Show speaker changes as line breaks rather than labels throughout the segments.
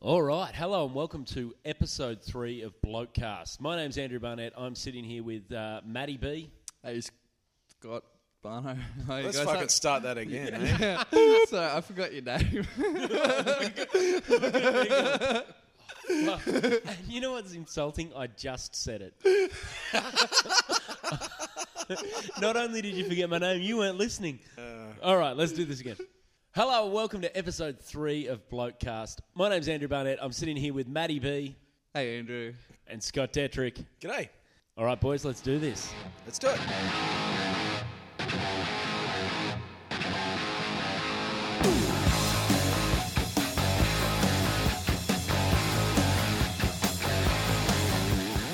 All right, hello and welcome to episode three of Blokecast. My name's Andrew Barnett. I'm sitting here with uh, Matty B.
Hey, Scott Barno. How you
Let's
guys?
fucking start that again. eh?
so I forgot your name.
And you know what's insulting? I just said it. Not only did you forget my name, you weren't listening. All right, let's do this again. Hello and welcome to episode three of Blokecast. My name's Andrew Barnett. I'm sitting here with Matty B
hey, Andrew.
and Scott Detrick.
G'day.
All right, boys, let's do this.
Let's do it.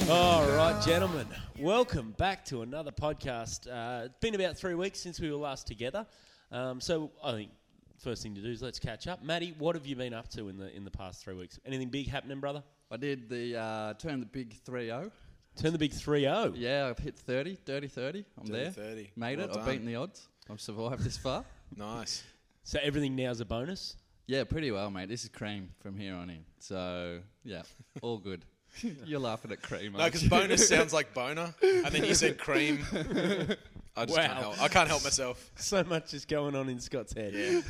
All right, gentlemen, welcome back to another podcast. Uh, it's been about three weeks since we were last together, um, so I think first thing to do is let's catch up. Matty, what have you been up to in the in the past three weeks? Anything big happening, brother?
I did the uh, turn the big three zero.
Turn the big three oh. zero.
Yeah, I've hit 30, dirty 30. I'm
Dirty
there.
30.
Made
Well
it. I've
done.
beaten the odds. I've survived this far.
Nice.
So everything now's a bonus.
yeah, pretty well, mate. This is cream from here on in. So yeah, all good. You're laughing at cream.
No,
aren't
because
you?
bonus sounds like boner, and then you said cream. I just can't
Wow.
help. I can't help myself.
So much is going on in Scott's head.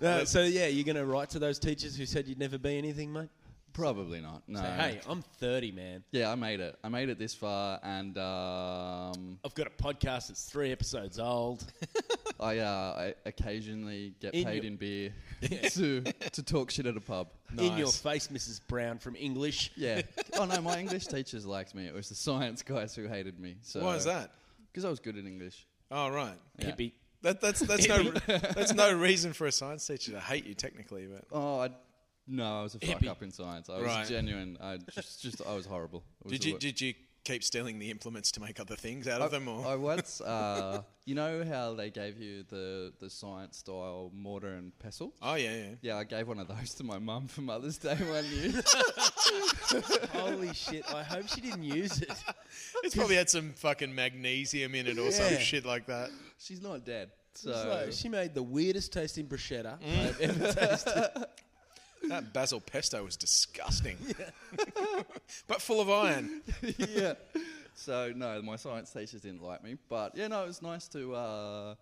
Uh, so yeah, you're going to write to those teachers who said you'd never be anything, mate.
probably not. No.
Say, hey, I'm 30, man.
Yeah, I made it. I made it this far, and um,
I've got a podcast that's three episodes old.
I, uh, I occasionally get
In
paid
your-
in beer to to talk shit at a pub.
In your
Nice.
face, Mrs. Brown from English.
Yeah. Oh no, my English teachers liked me. It was the science guys who hated me. So
Why is that?
Because I was good in English.
Oh right.
Yeah.
Hippie.
That, that's that's no that's no reason for a science teacher to hate you technically, but
Oh, I, no, I was a fuck
Hippie.
up in science. I was
Right.
genuine. I just, just I was horrible. It was
did
the
you
wor-
did you keep stealing the implements to make other things out of them, or
I once, uh, you know how they gave you the the science style mortar and pestle.
oh yeah yeah.
Yeah, I gave one of those to my mum for Mother's Day one year.
Holy shit! I hope she didn't use it.
It's probably had some fucking magnesium in it or
Yeah.
some shit like that.
She's not dead, so
So Mm. she made the weirdest tasting bruschetta I've ever tasted.
That basil pesto was disgusting, but full of iron.
yeah. So no, my science teachers didn't like me, but yeah, no, it was nice to uh,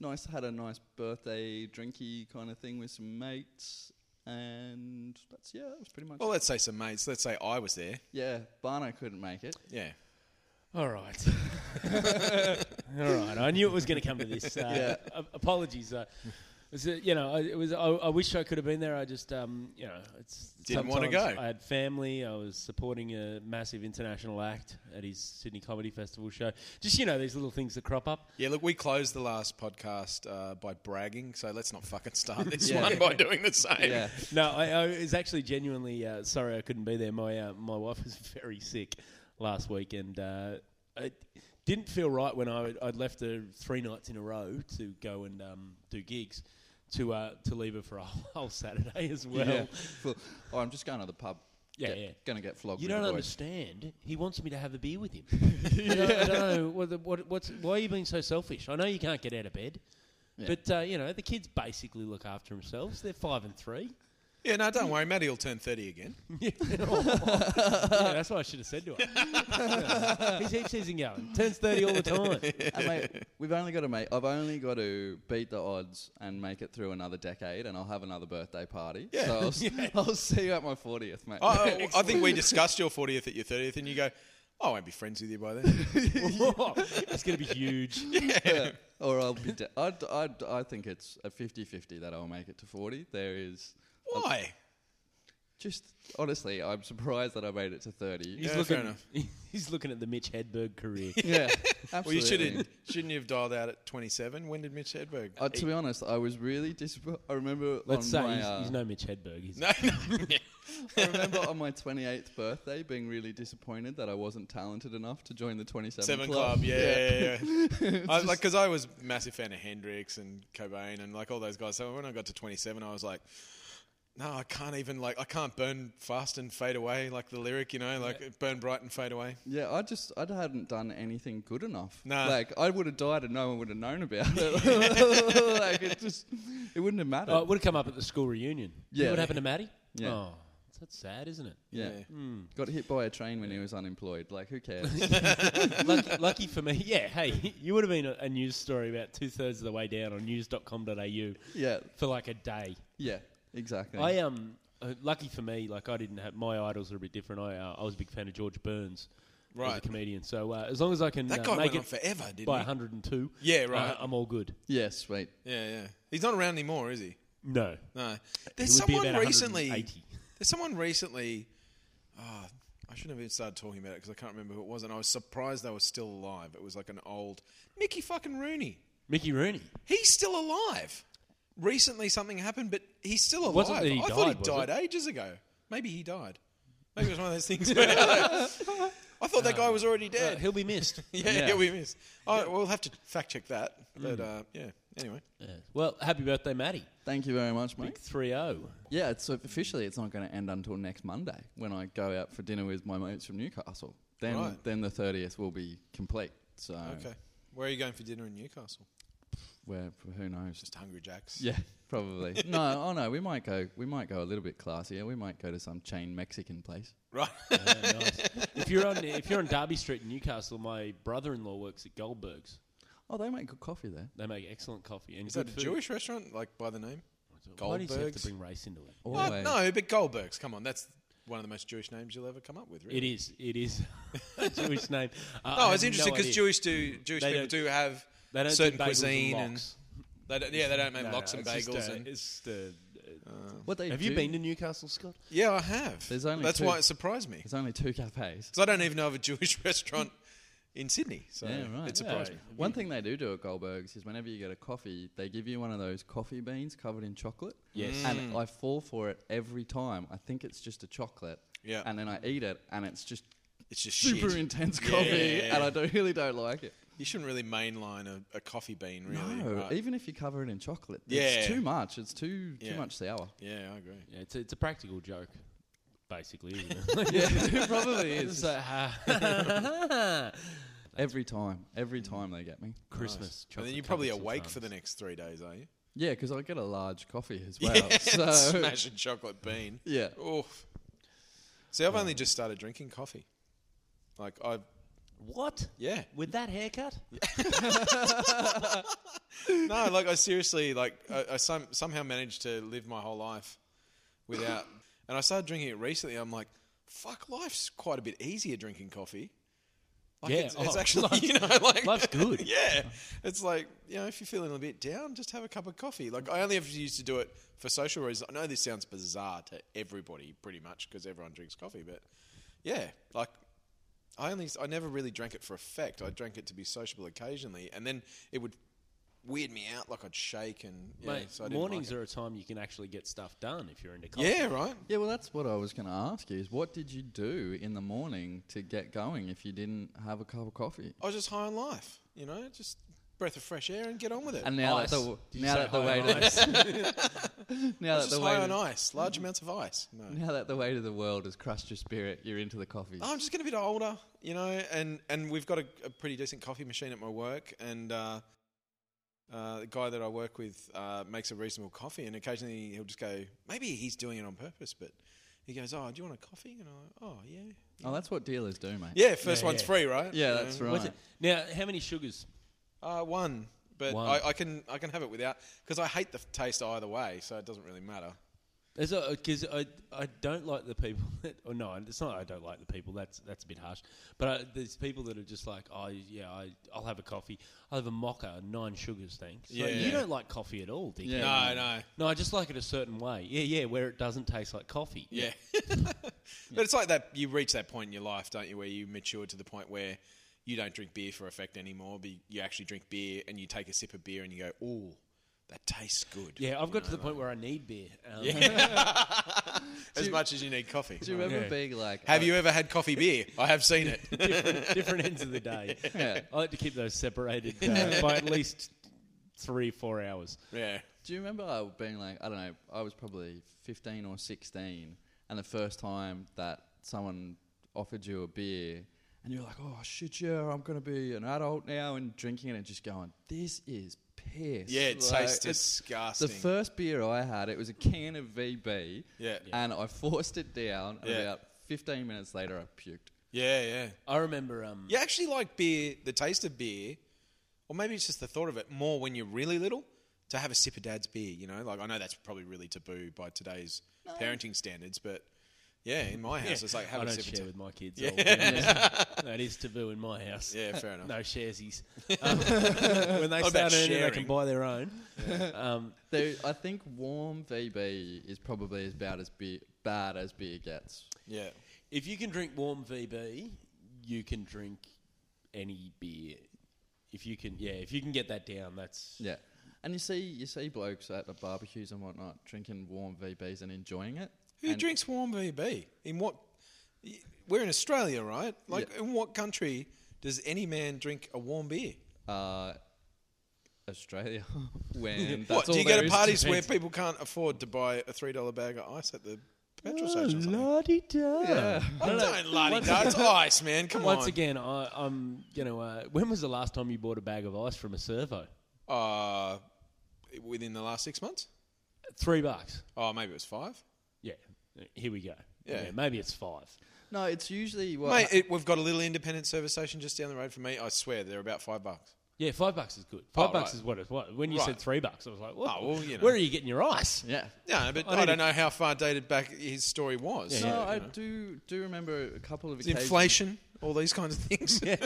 nice had a nice birthday drinky kind of thing with some mates, and that's yeah, that was pretty much.
Well, let's say some mates. Let's say I was there.
Yeah, Barno couldn't make it.
Yeah.
All right, all right. I knew it was going to come to this. Uh, a- apologies. Uh, it's, uh, you know, I, it was. I, I wish I could have been there. I just, um, you know, it's
Didn't wanna
sometimes
go.
I had family. I was supporting a massive international act at his Sydney Comedy Festival show. Just you know, these little things that crop up.
Yeah, look, we closed the last podcast uh, by bragging, so let's not fucking start this
Yeah.
one by doing the same.
Yeah,
No, I, I was actually genuinely uh, sorry I couldn't be there. My uh, my wife was very sick last week, and uh, it didn't feel right when I I'd left her three nights in a row to go and um, do gigs, to uh, to leave her for a whole Saturday as well.
yeah. Well, oh, I'm just going to the pub.
Yeah,
Get-
yeah.
Gonna get flogged.
You
with
don't
the boys.
understand. He wants me to have a beer with him. I, don't, I don't know what, the- what, what's why are you being so selfish. I know you can't get out of bed,
Yeah.
but uh, you know the kids basically look after themselves. They're five and three.
Yeah, no, don't worry. Maddie will turn 30 again.
yeah, that's what I should have said to her. Yeah. He's heaps easy going. Turns 30 all the time.
And mate, we've only got to make. I've only got to beat the odds and make it through another decade, and I'll have another birthday party.
Yeah.
So I'll, s will see you at my fortieth, mate.
I, I- I think we discussed your 40th at your 30th, and you go, I won't be friends with you by then.
It's going to be huge.
Yeah. or I'll be. De- I'd, I'd, I think it's a 50-50 that I'll make it to forty. There is
Why?
just honestly, I'm surprised that I made it to thirty.
He's,
fair
looking,
enough.
he's looking at the Mitch Hedberg career.
Yeah, absolutely.
Well, you shouldn't. Shouldn't you have dialed out at 27? When did Mitch Hedberg?
Uh, to be honest, I was really disappointed. I remember
Let's say
on my,
he's,
uh,
he's no Mitch Hedberg. He's
no, no.
I remember on my 28th birthday being really disappointed that I wasn't talented enough to join the 27
Seven
club.
Club. Yeah, yeah, yeah. yeah. I, like, because I was a massive fan of Hendrix and Cobain and like all those guys. So when I got to 27, I was like. No, I can't even like I can't burn fast and fade away like the lyric, you know, like burn bright and fade away.
Yeah, I just I hadn't done anything good enough.
Nah.
Like I would have died and no one would have known about it. like it just it wouldn't have mattered.
Uh, oh, it would have come up at the school reunion.
Yeah.
What happened to Maddie?
Yeah.
Oh, it's That's sad, isn't it?
Yeah.
Yeah.
Mm.
Got hit by a train when he was unemployed. Like, who cares?
lucky, lucky for me, yeah. Hey, you would have been a, a news story about two thirds of the way down on news.com.au
yeah.
for like a day.
Yeah. Exactly.
I um, uh, lucky for me, like I didn't have my idols are a bit different. I uh, I was a big fan of George Burns, as a
Right.
comedian. So uh, as long as I can
That
uh,
guy
make
went on
it
forever, didn't
by
he?
102,
Yeah,
uh,
right.
I'm all good.
yeah. Sweet.
yeah, yeah. He's not around anymore, is he?
No,
No.
It
There's
would be
someone
about
recently.
180.
There's someone recently. ah, I shouldn't have even started talking about it because I can't remember who it was, and I was surprised they were still alive. It was like an old Mickey fucking Rooney.
Mickey Rooney.
He's still alive. Recently, something happened, but he's still alive.
Wasn't that he
I thought
died,
he
was
died ages ago. Maybe he died. Maybe it was one of those things. where- I thought that guy was already
Uh,
dead.
he'll Mm. be missed.
yeah,
Yeah.
yeah, we missed. Oh, we'll have to fact check that. But uh, yeah, anyway.
Yeah. Well, happy birthday, Maddie.
Thank you very much, mate.
Big three oh. zero.
Yeah. It's officially it's not going to end until next Monday when I go out for dinner with my mates from Newcastle. Then
Right.
then the thirtieth will be complete. So
Okay. Where are you going for dinner in Newcastle?
where who knows?
Just Hungry Jack's.
Yeah, probably. no, oh no, we might go. We might go a little bit classier. We might go to some chain Mexican place.
Right.
Yeah, Uh, nice. if you're on if you're on Derby Street in Newcastle, my brother-in-law works at Goldberg's.
Oh, they make good coffee there.
They make excellent coffee and
Is
good
that a
food.
Jewish restaurant, like by the name?
Why do you have to
Goldberg's?
bring race into it?
Oh,
Always.
no, but Goldberg's. Come on, that's one of the most Jewish names you'll ever come up with. Really.
It is. It is a Jewish name. Uh, I
No, it's
had
interesting because
idea.
Jewish do Jewish
They
people
don't-
do have
They don't do bagels
certain
and
cuisine
lox.
they don't, yeah they don't make
No, no,
lox and
it's just uh,
bagels
a-
and uh,
it's just a-
What they
have
do-
you been to Newcastle, Scott?
yeah I have.
There's only
that's
two.
why it surprised me
There's only two cafes.
because I don't even know of a Jewish restaurant in Sydney. So
Yeah, right.
it surprised
Yeah.
me.
One thing they do do at Goldberg's is whenever you get a coffee, they give you one of those coffee beans covered in chocolate.
Yes.
And I fall for it every time. I think it's just a chocolate.
Yeah.
And then I eat it, and it's just
It's just
super
shit.
intense
Yeah,
coffee,
yeah, yeah.
and I don't, really don't like it.
You shouldn't really mainline a, a coffee bean, really.
no,
right?
even if you cover it in chocolate,
Yeah.
it's too much. It's too too
Yeah.
much sour.
yeah, I agree.
Yeah, it's a, it's a practical joke, basically. Isn't it?
Yeah, it probably
It's
is.
like,
uh,
ha-
Every time, every time they get me.
Christmas.
And then
chocolate
you're probably
covered
awake
sometimes.
for the next three days, are you?
Yeah, because I get a large coffee as well.
Yeah,
so
smashing chocolate bean.
yeah,
Oof. See, I've only just started drinking coffee. Like I've
What?
yeah.
With that haircut?
No, like I seriously like I, I some, somehow managed to live my whole life without. and I started drinking it recently. I'm like, fuck, life's quite a bit easier drinking coffee. Like
Yeah,
it's, it's
oh,
actually
life-
you know like
life's good.
yeah, it's like you know if you're feeling a bit down, just have a cup of coffee. Like I only ever used to do it for social reasons. I know this sounds bizarre to everybody, pretty much because everyone drinks coffee, but yeah, like I only I never really drank it for effect. I drank it to be sociable occasionally, and then it would weird me out. Like I'd shake and yeah,
Mate,
so I didn't
mornings
like
are a time you can actually get stuff done if you're into
it.
coffee.
yeah, right.
yeah. Well, that's what I was going to ask you: is what did you do in the morning to get going if you didn't have a cup of coffee?
I was just high on life, you know, just breath of fresh air and get on with it.
And now
Ice.
that the
Did you
now
say
that the
high
way
on
to
ice?
now that
just
the
high
way
on
to,
ice, large amounts of ice. No.
now that the weight of the world has crushed your spirit, you're into the coffee.
Oh, I'm just getting a bit older, you know, and, and we've got a, a pretty decent coffee machine at my work, and uh, uh, the guy that I work with uh, makes a reasonable coffee, and occasionally he'll just go, maybe he's doing it on purpose, but he goes, oh, do you want a coffee? And I'm like, oh yeah,
Oh, that's what dealers do, mate.
yeah, first
Yeah,
one's
yeah.
free, right?
Yeah,
You
that's
know?
What's
right.
it- Now, how many sugars?
Uh, one, but
One.
I, I can I can have it without because I hate the taste either way, so it doesn't really matter.
There's a because uh, I I don't like the people that or no it's not I don't like the people that's that's a bit harsh but I, there's people that are just like oh yeah I I'll have a coffee I'll have a mocha nine sugars thanks Like,
Yeah.
you don't like coffee at all do you
Yeah. No,
no,
no I just like it a certain way yeah yeah where it doesn't taste like coffee
yeah. but it's like that. You reach that point in your life, don't you, where you mature to the point where you don't drink beer for effect anymore, but you actually drink beer and you take a sip of beer and you go, "Ooh, that tastes good."
yeah I've got to the point where I need beer um,
as much as you need coffee.
Do you remember
Yeah.
being like,
have
oh,
you ever had coffee beer? I have seen it.
different, different ends of the day
Yeah.
I like to keep those separated uh, by at least three four hours
yeah.
Do you remember uh, being like, I don't know, I was probably 15 or 16, and the first time that someone offered you a beer, and you're like, oh shit, yeah, I'm going to be an adult now, and drinking it and just going, this is piss.
Yeah, it
Like,
tastes
it's-
disgusting.
The first beer I had, it was a can of VB,
yeah. yeah,
and I forced it down. And
Yeah.
About 15 minutes later, I puked.
yeah, yeah.
I remember. Um,
You actually like beer, the taste of beer, or maybe it's just the thought of it more when you're really little. To have a sip of dad's beer, you know, like I know that's probably really taboo by today's parenting standards, but yeah, in my house it's like have
I
a
don't
sip of
share
tea.
with my kids. I'll be honest. that is taboo in my house.
Yeah, fair enough.
No sharesies. Um, when they
about
start earning, they can
sharing?
buy their own. Um,
Though I think warm VB is probably as bad as beer, bad as beer gets.
Yeah,
if you can drink warm VB, you can drink any beer. If you can, yeah, if you can get that down, that's
Yeah. And you see, you see blokes at the barbecues and whatnot drinking warm VBs and enjoying it.
who
And
drinks warm VB? In what? y- We're in Australia, right? Like, in what country does any man drink a warm beer?
Uh, Australia. when that's
what
all
do you go
there
to
is
parties
drink.
where people can't afford to buy a three dollar bag of ice at the petrol station? Or something?
Yeah.
Yeah.
I don't lardy da. It's ice, man. Come
Once
on.
again, I, I'm you know, uh, when was the last time you bought a bag of ice from a servo?
Uh, within the last six months?
Three bucks.
Oh, maybe it was five.
Yeah, here we go.
Yeah.
maybe it's five.
No, it's usually what.
Mate, it, we've got a little independent service station just down the road from me. I swear they're about five bucks.
Yeah, five bucks is good. Five
Oh,
bucks
right.
is what it was. When you
Right.
said three bucks, I was like, Whoa,
Oh, well, you know.
where are you getting your ice?
yeah.
No, but I,
need
don't know how far dated back his story was.
Yeah.
No,
Yeah,
I
you know.
do do remember a couple of
It's
occasions.
inflation, all these kinds of things. Yeah.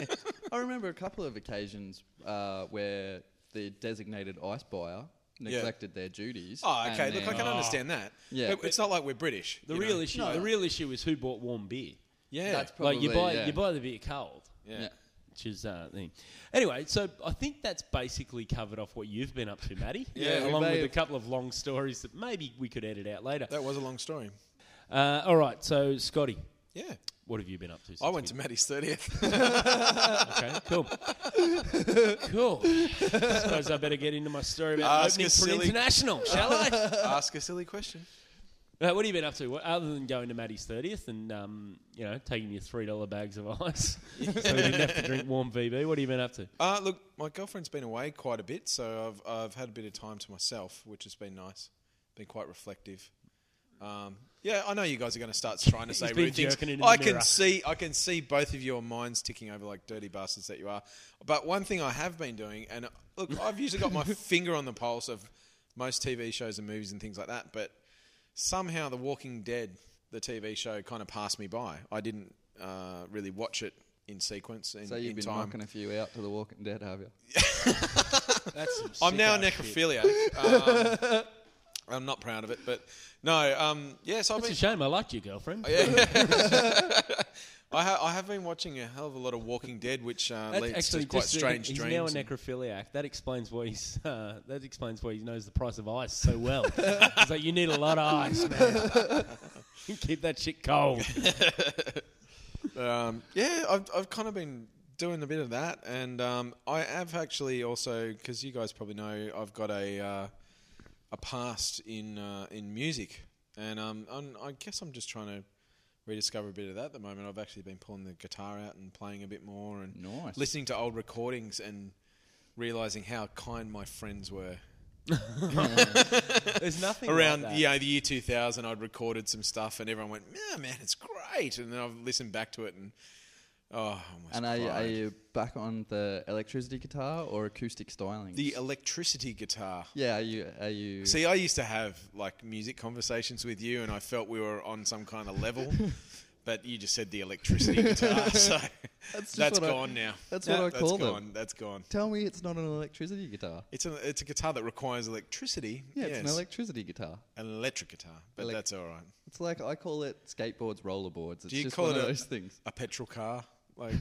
I remember a couple of occasions uh, where the designated ice buyer neglected their duties.
Oh,
and
okay. Look, I
then-
can understand that.
Yeah,
But it's not like we're British.
The
you know.
real issue.
No.
The real issue is who bought warm beer.
Yeah.
That's probably
like you buy
yeah.
you buy the beer cold,
yeah.
Yeah.
which is uh, thing. Anyway, so I think that's basically covered off what you've been up to, Matty.
Yeah, we
along
may
with a
have-
couple of long stories that maybe we could edit out later.
That was a long story.
Uh, all right, so Scotty,
Yeah.
what have you been up to? Since
I went to
we-
Maddie's 30th.
Okay, cool, cool. Suppose I better get into my story about
Ask
opening
a
for
silly-
international, shall I?
Ask a silly question.
Uh, what have you been up to? What, other than going to Maddie's 30th and, um, you know, taking your $3 bags of ice so you didn't have to drink warm VB, what have you been up to?
Uh, look, my girlfriend's been away quite a bit, so I've I've had a bit of time to myself, which has been nice. Been quite reflective. Um, yeah, I know you guys are going to start trying to
He's
say
been
rude things.
jerking it in
I
the
can
mirror.
see, I can see both of your minds ticking over like dirty bastards that you are. But one thing I have been doing, and uh, look, I've usually got my finger on the pulse of most TV shows and movies and things like that. But somehow, The Walking Dead, the TV show, kind of passed me by. I didn't uh, really watch it in sequence and
So you've
in
been
time.
knocking a few out to the Walking Dead, have you?
That's some
I'm now a
sicko shit.
necrophiliac. Um, I'm not proud of it, but no. Um, yes, I've
That's
been.
a shame. I liked your girlfriend.
I, ha- I have been watching a hell of a lot of Walking Dead, which uh,
That's
leads
actually
to quite
just-
strange
He's
dreams.
now a
and-
necrophiliac. That explains why he's. Uh, that explains why he knows the price of ice so well. he's like, you need a lot of ice, man. Keep that shit cold.
um, yeah, I've, I've kind of been doing a bit of that, and um, I have actually also because you guys probably know I've got a uh, a past in uh, in music, and um, I'm, I guess I'm just trying to rediscover a bit of that at the moment. I've actually been pulling the guitar out and playing a bit more, and
Nice.
listening to old recordings and realizing how kind my friends were.
There's nothing like
Around
that.
you know the year 2000, I'd recorded some stuff, and everyone went, "Yeah, man, it's great." And then I've listened back to it, and oh, I almost
And are you, are
cried.
you back on the electricity guitar or acoustic styling?
the electricity guitar.
yeah, are you are you
See, I used to have like music conversations with you, and I felt we were on some kind of level, but you just said the electricity guitar, so
just
that's
what I-
gone now.
that's what I call them.
gone. That's gone.
Tell me it's not an electricity guitar.
It's a it's a guitar that requires electricity.
Yeah, it's an
yes.
electricity guitar.
An electric guitar, but
Elec-
that's all right.
It's like I call it skateboards, rollerboards. It's
Do you
just
call
one
it
of
a-
those things
A petrol car, like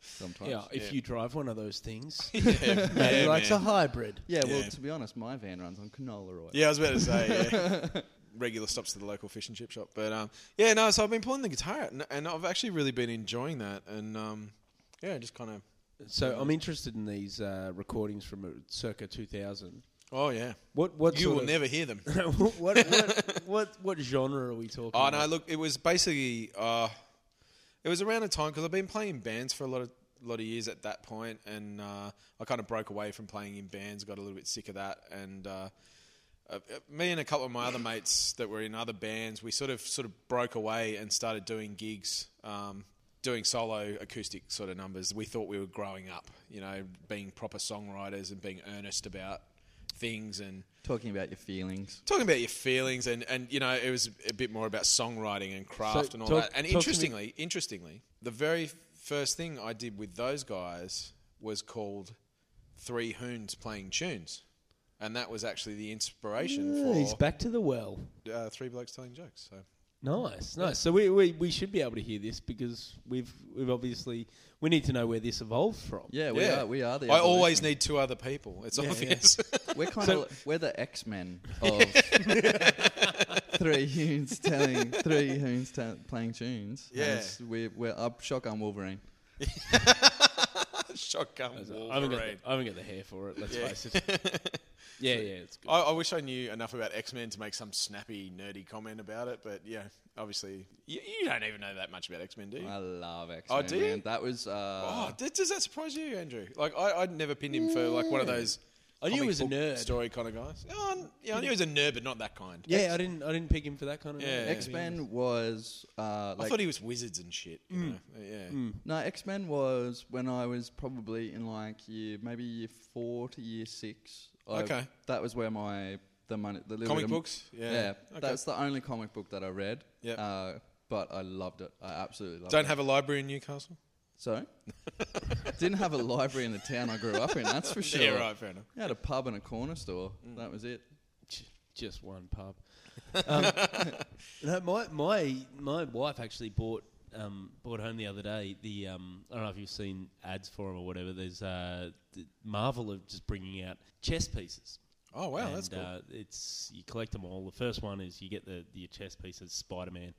sometimes.
Yeah,
Yeah,
if
Yeah.
you drive one of those things,
yeah, yeah,
likes a
man.
hybrid.
well,
Yeah.
to be honest, my van runs on canola oil.
Yeah, I was about to say yeah. regular stops to the local fish and chip shop, but um, yeah, no. So I've been pulling the guitar out, and, and I've actually really been enjoying that, and um, yeah, just kind of.
so I'm interested in these uh, recordings from uh, circa 2000.
Oh yeah,
What what
you
sort
will
of-
never hear them.
what, what what what genre are we talking?
Oh
about?
no! Look, it was basically uh, it was around a time because I've been playing bands for a lot of lot of years at that point, and uh, I kind of broke away from playing in bands. Got a little bit sick of that, and uh, uh, me and a couple of my other mates that were in other bands, we sort of sort of broke away and started doing gigs, um, doing solo acoustic sort of numbers. We thought we were growing up, you know, being proper songwriters and being earnest about things and
Talking about your feelings.
talking about your feelings and, and you know it was a bit more about songwriting and craft
So
and all
talk-
that and
talk to me-
interestingly interestingly the very f- first thing i did with those guys was called three hoons playing tunes and that was actually the inspiration
He's
for
back to the well.
uh, three blokes telling jokes so
Nice, nice. So we, we, we should be able to hear this because we've we've obviously we need to know where this evolved from.
Yeah, we
yeah
are. We are the.
i always
evolution.
need two other people it's
Yeah, yeah.
obvious
We're kind
So-
of we're the X Men of three hoons telling three hoons ta- playing tunes. And
Yeah.
it's- we're we're up shotgun Wolverine.
I
shotgun
haven't, got
Wolverine.
the, I haven't got the hair for it. Let's
Yeah.
face it. Yeah, yeah, it's good.
I, I wish I knew enough about X Men to make some snappy, nerdy comment about it, but yeah, obviously, you, you don't even know that much about X Men, do you?
I love X Men.
Oh, do you?
That was uh,
oh, did, does that surprise you, Andrew? Like, I, I'd never pinned him for like one of those.
I knew he
comic
was a
book
nerd.
Story kind of guys. Oh, n- yeah, I knew he was a nerd, but not that kind.
Yeah, I didn't I didn't pick him for that kind of.
Yeah.
X Men was uh,
I
like
thought he was wizards and shit.
Mm.
You know? Uh, Yeah.
No, X Men was when I was probably in like year maybe year four to year six. I-
Okay.
that was where my the money the little
Comic
bit of-
books? Yeah. Okay.
that's the only comic book that I read.
Yep.
uh, but I loved it. I absolutely loved
Don't
it.
have a library in Newcastle.
so didn't have a library in the town I grew up in. That's for sure.
Yeah, right, Mm. fair enough.
I had a pub and a corner store. That was it.
J- just one pub. Um, no, my my my wife actually bought um, bought home the other day. The um, I don't know if you've seen ads for them or whatever. There's uh, the Marvel of just bringing out chess pieces.
Oh wow,
and,
that's cool.
Uh, it's you collect them all. The first one is you get the your chess piece as Spider Man,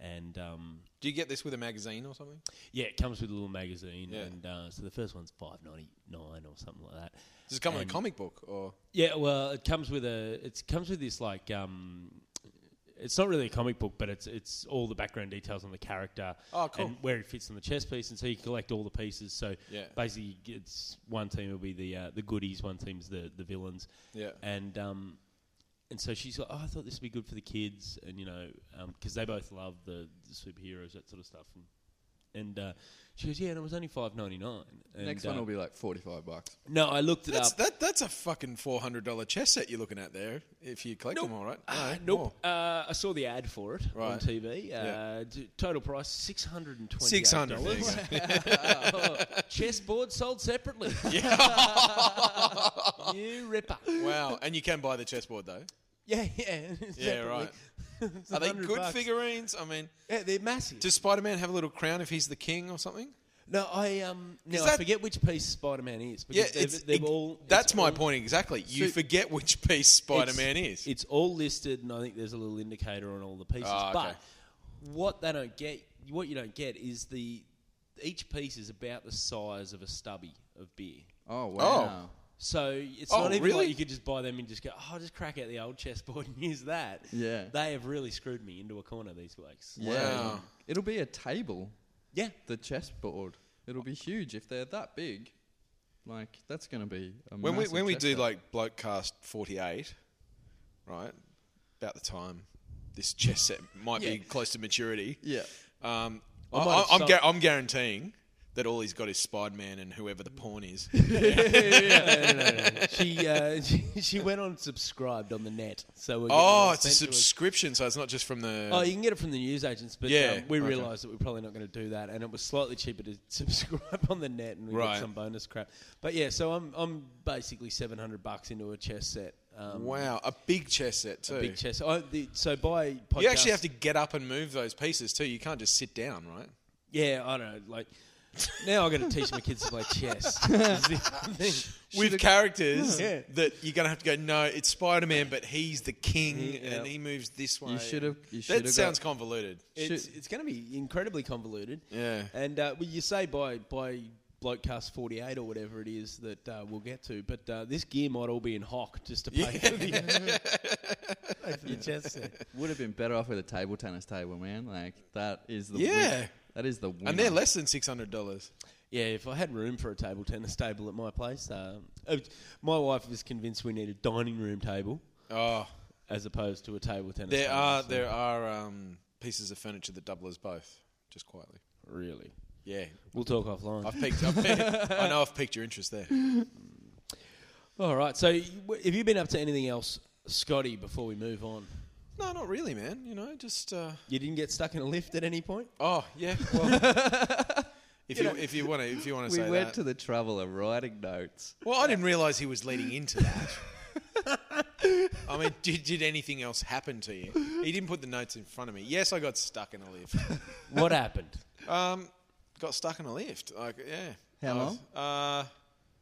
and um,
Do you get this with a magazine or something?
yeah, it comes with a little magazine.
Yeah.
And uh, so the first one's five ninety nine or something like that.
Does it come with
And-
a comic book or?
Yeah, well, it comes with a it comes with this like um, it's not really a comic book, but it's it's all the background details on the character.
Oh, cool.
And where he fits on the chess piece, and so you collect all the pieces. So
Yeah.
basically, it's one team will be the uh, the goodies, one team's the the villains,
Yeah.
and um, and so she's like, oh, I thought this would be good for the kids, and you know, because they both love the, the superheroes, that sort of stuff, and. And uh, she goes, yeah, and it was only five ninety nine.
Next
uh,
one will be like forty five bucks.
no. I looked it
That's
up.
that, that's a fucking four hundred dollar chess set you're looking at there. If you collect them all, right?
Uh,
No, more.
nope. Uh, I saw the ad for it on
Right.
TV. Uh,
Yeah.
d- total price six hundred and twenty.
$600.
Chessboard sold separately. you ripper.
Wow, and you can buy the chessboard though.
Yeah, yeah.
Yeah,
separately.
right.
It's
Are they
100
good
bucks.
figurines? I mean,
Yeah, they're massive.
does Spider-Man have a little crown if he's the king or something?
no, I um. Now I
that-
forget which piece Spider Man is because they've, they've
it-
all.
That's
it's
my
all-
point exactly. You
So-
forget which piece Spider-Man
it's-
is.
It's all listed, and I think there's a little indicator on all the pieces.
Ah, okay.
But what they don't get, what you don't get, is the each piece is about the size of a stubby of beer.
Oh wow.
So it's
Oh,
not even
really?
like you could just buy them and just go, oh, I'll just crack out the old chessboard and use that.
Yeah.
They have really screwed me into a corner these weeks. Yeah.
Yeah.
Wow.
It'll be a table. the chessboard. It'll be huge if they're that big. Like that's going to be a
when we
massive
when we
chess
do
set.
like bloke cast 48, right? About the time this chess set might be
Yeah.
close to maturity.
yeah,
Um, I
I might have
I, am
sold-
gu- I'm guaranteeing that all he's got is Spider-Man and whoever the pawn is.
No, no, no, no. she, uh, she she went on subscribed on the net. So we're getting
oh,
all
it's a
sent to us.
subscription, so it's not just from the.
Oh, you can get it from the newsagents, but
Yeah,
um, we
okay.
realised that we're probably not going to do that, and it was slightly cheaper to subscribe on the net, and we
Right.
got some bonus crap. But yeah, so I'm I'm basically seven hundred bucks into a chess set. Um,
wow, a big chess set too.
big chess. I, the, so by podcast,
You actually have to get up and move those pieces too. You can't just sit down, right?
Yeah, I don't know. Like now, I've got to teach my kids to play chess. Is the thing.
With characters
Yeah.
that you're going to have to go, no, it's Spider Man, but he's the king
yeah.
and he moves this way.
should've- you
that
should've
sounds convoluted.
It's
Should-
it's going to be incredibly convoluted.
Yeah.
And uh, well, you say by by Blokecast 48 or whatever it is that uh, we'll get to, but uh, this gear might all be in hock just to pay for the, pay for the chess set.
would have been better off with a table tennis table, man. Like that is the
Yeah.
win- That is the winner.
and they're less than six hundred dollars.
Yeah, if I had room for a table tennis table at my place, um, uh, my wife was convinced we need a dining room table
Oh,
as opposed to a table tennis.
there
table,
are
so-
there are um, pieces of furniture that double as both, just quietly.
really.
Yeah,
We'll talk offline.
I've piqued. I've piqued I know I've piqued your interest there.
All right. So, y- w- have you been up to anything else, Scotty? Before we move on,
No, not really, man. You know, just uh,
you didn't get stuck in a lift at any point.
oh yeah. Well, if you if you want to if you want to
We
say
went
that.
to the trouble of writing notes.
well, I didn't realise he was leading into that. I mean, did, did anything else happen to you? He didn't put the notes in front of me. Yes, I got stuck in a lift.
What happened?
Um, got stuck in a lift. Like, yeah.
How
I was- uh,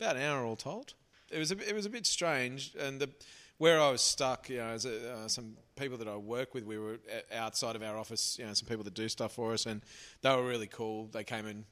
about an hour all told. It was a, it was a bit strange, and the where I was stuck, you know, is uh, some people that I work with. We were o- outside of our office, you know, some people that do stuff for us, and they were really cool. They came and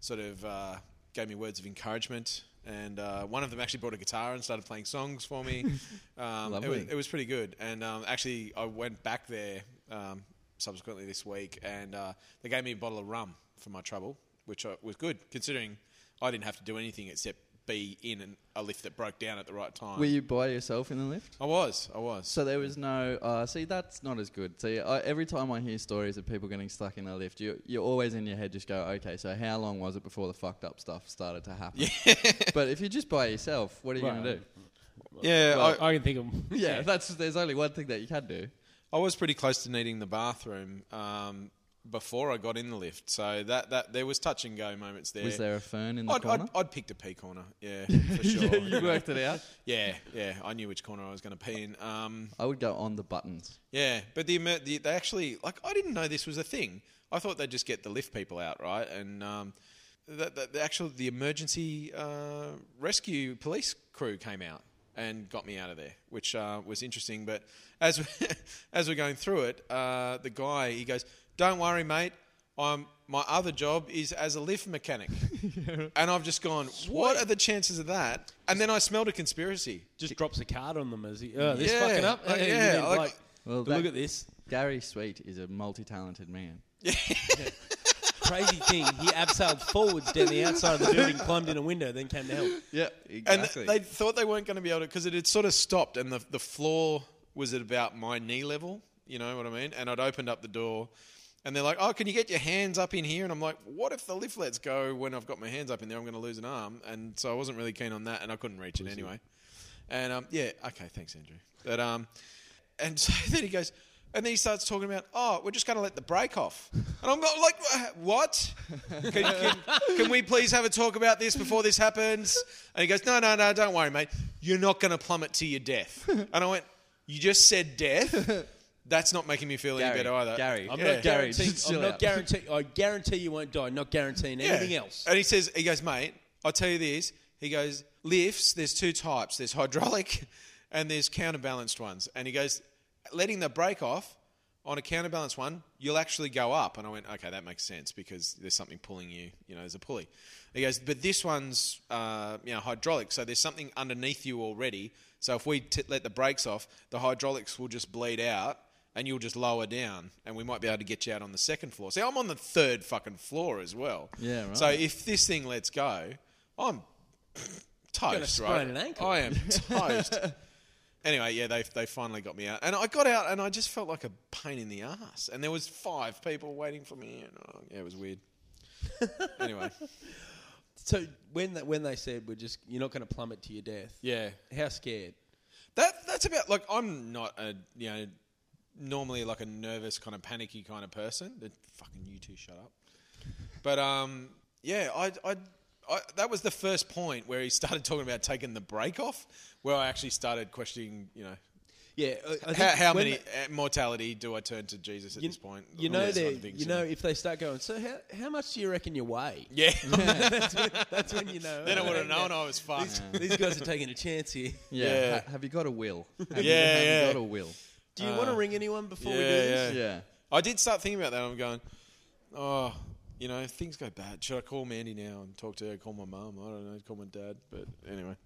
sort of uh, gave me words of encouragement. And uh, one of them actually brought a guitar and started playing songs for me. Um, it, was,
Lovely.
it was pretty good. And um, actually, I went back there um, subsequently this week, and uh, they gave me a bottle of rum for my trouble, which I, was good considering I didn't have to do anything except be in an, a lift that broke down at the right time.
Were you by yourself in the lift?
I was, I was.
So there was no. Uh, see, that's not as good. See, I, every time I hear stories of people getting stuck in a lift, you you always in your head just go, okay, so how long was it before the fucked up stuff started to happen? but if you're just by yourself, what are you gonna
Right.
do?
yeah, I,
I, can think of.
Yeah, that's there's only one thing that you can do.
I was pretty close to needing the bathroom um, before I got in the lift, so that, that there was touch and go moments there.
Was there a fern in the
I'd,
corner?
I'd, I'd picked a pee corner, yeah, for sure.
Yeah,
you
you
know.
worked it out.
Yeah, yeah, I knew which corner I was going to pee in. Um,
I would go on the buttons.
yeah, but the, emer- the they actually like I didn't know this was a thing. I thought they'd just get the lift people out, right? And um, the, the, the actual the emergency uh, rescue police crew came out and got me out of there, which uh, was interesting. But as we, as we're going through it, uh, the guy he goes, "Don't worry, mate. I'm my other job is as a lift mechanic." And I've just gone, "What are the chances of that?" And then I smelled a conspiracy.
Just drops a card on them as he. Oh, this
Yeah,
fucking up.
like,
Hey, you
yeah,
need,
like-
like,
Well,
look
that-
at this
Gary Sweet is a multi-talented man.
crazy thing. He abseiled forwards down the outside of the building, climbed in a window, then came to help.
Yeah,
And
exactly.
they thought they weren't going to be able to because it had sort of stopped, and the the floor was at about my knee level. You know what I mean? And I'd opened up the door, and they're like, "Oh, can you get your hands up in here?" And I'm like, "What if the lift lets go when I've got my hands up in there? I'm going to lose an arm." And so I wasn't really keen on that, and I couldn't reach it anyway. And um, yeah, okay, thanks, Andrew. But um, and so then he goes, and then he starts talking about, oh, we're just going to let the break off. And I'm go- like, "Uh, what? Can, can, can we please have a talk about this before this happens? And he goes, no, no, no, don't worry, mate. You're not going to plummet to your death. And I went, you just said death. That's not making me feel any
Gary,
better either.
Gary,
I'm
Yeah.
not
Gary,
guaranteeing.
just
I'm
chill
not
out.
guaranteeing. I guarantee you won't die. Not guaranteeing
Yeah.
anything else.
And he says, he goes, mate, I'll tell you this. He goes, lifts, there's two types there's hydraulic and there's counterbalanced ones. And he goes, letting the brake off on a counterbalance one, you'll actually go up. And I went, okay, that makes sense because there's something pulling you, you know, there's a pulley. He goes, but this one's, uh, you know, hydraulic. So there's something underneath you already. So if we t- let the brakes off, the hydraulics will just bleed out and you'll just lower down, and we might be able to get you out on the second floor. See, I'm on the third fucking floor as well.
Yeah, right.
So if this thing lets go, I'm toast,
sprain
right?
an ankle.
I am toast. anyway, yeah, they they finally got me out, and I got out, and I just felt like a pain in the ass, and there was five people waiting for me, and oh, yeah, it was weird. anyway,
So when that when they said we're just you're not going to plummet to your death.
yeah,
How scared?
That that's about like I'm not a you know normally like a nervous kind of panicky kind of person. Then fucking you two shut up. But um yeah, I I. I, that was the first point where he started talking about taking the break off, where I actually started questioning, you know,
Yeah. I- I think
how, how
when
many
they-
uh mortality do I turn to Jesus at
you,
this point?
you
All
know
those
they
kind of things,
you know if they start going. So how how much do you reckon you weigh?
yeah.
that's, when, that's when you know.
then I
oh,
would have
yeah,
known I was fucked.
These, these guys are taking a chance here.
yeah.
Yeah.
Ha- have you got a will? Have you-
Yeah,
have
yeah.
you got a will?
Do you want to ring anyone before we do
Ah. yeah,
this?
yeah.
Yeah.
I did start thinking about that. I'm going, oh, you know, if things go bad. Should I call Mandy now and talk to her? Call my mum? I don't know. Call my dad. But anyway,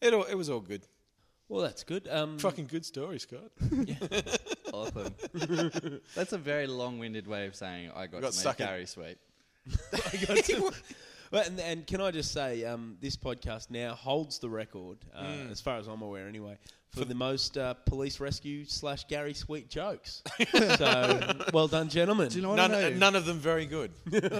it all, it was all good.
Well, that's good. Um,
Fucking good story, Scott.
Awesome. That's a very long-winded way of saying I got,
Got
to make
stuck in-
Gary sweet.
I got to- Well, and, and can I just say, um, this podcast now holds the record, uh,
Mm.
as far as I'm aware, anyway, for the most uh, police rescue slash Gary Sweet jokes. so, well done, gentlemen.
Do you know what I know?
None, none of them very good.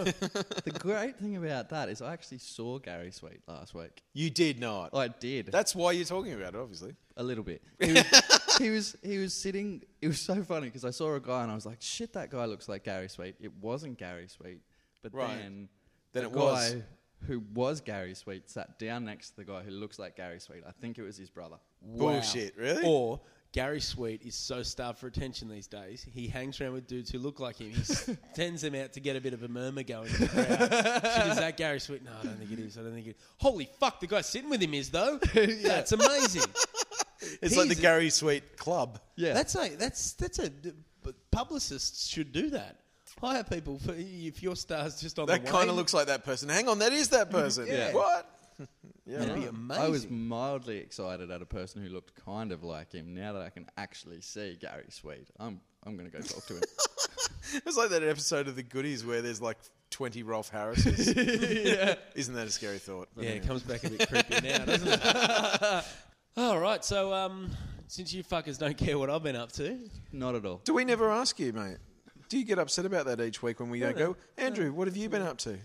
The great thing about that is I actually saw Gary Sweet last week.
you did not.
I did.
That's why you're talking about it, obviously.
a little bit. He was, he was he was sitting. It was so funny because I saw a guy and I was like, "Shit, that guy looks like Gary Sweet." It wasn't Gary Sweet, but
Right.
then
Then
the
it was.
guy who was Gary Sweet sat down next to the guy who looks like Gary Sweet. I think it was his brother.
Wow.
Bullshit, really?
Or Gary Sweet is so starved for attention these days. He hangs around with dudes who look like him. He s- sends them out to get a bit of a murmur going. In the crowd. Shit, is that Gary Sweet? No, I don't think it is. I don't think it. Holy fuck, the guy sitting with him is though. That's amazing.
it's like the
he's-
Gary Sweet Club.
Yeah,
That's a that's that's a but publicists should do that. Hire people for if your star's just on
That
the
kind
wane,
of looks like that person. Hang on, that is that person.
Yeah.
What?
That'd be amazing.
I was mildly excited at a person who looked kind of like him. Now that I can actually see Gary Sweet, I'm I'm gonna go talk to him.
It was like that episode of The Goodies where there's like 20 Rolf Harrises. Isn't that a scary thought? But
yeah,
anyway.
it comes back a bit creepy now, doesn't it? All right, so um, since you fuckers don't care what I've been up to,
Not at all.
Do we never ask you, mate? Do you get upset about that each week when we don't go, Andrew, what have you been up to?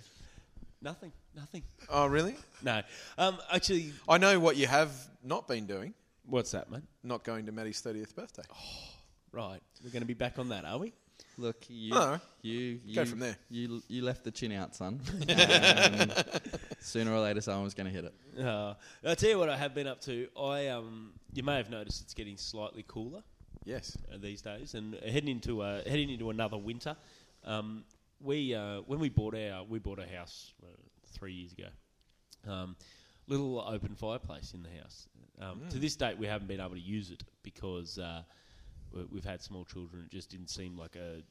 nothing, nothing.
Oh, really?
No, um, actually,
I know what you have not been doing.
what's that, mate?
Not going to Maddie's 30th birthday.
Right, we're going to be back on that, are we?
Look, you,
No.
you, you
Go from there.
You, you left the chin out, son. Um, sooner or later, someone was going to hit it.
Uh, I'll tell you what I have been up to. I um, you may have noticed it's getting slightly cooler.
Yes.
uh, these days, and heading into uh, heading into another winter. Um, we uh, when we bought our we bought a house uh, three years ago. Um, little open fireplace in the house. Um,
Mm.
To this date, we haven't been able to use it because uh, we- we've had small children. It just didn't seem like a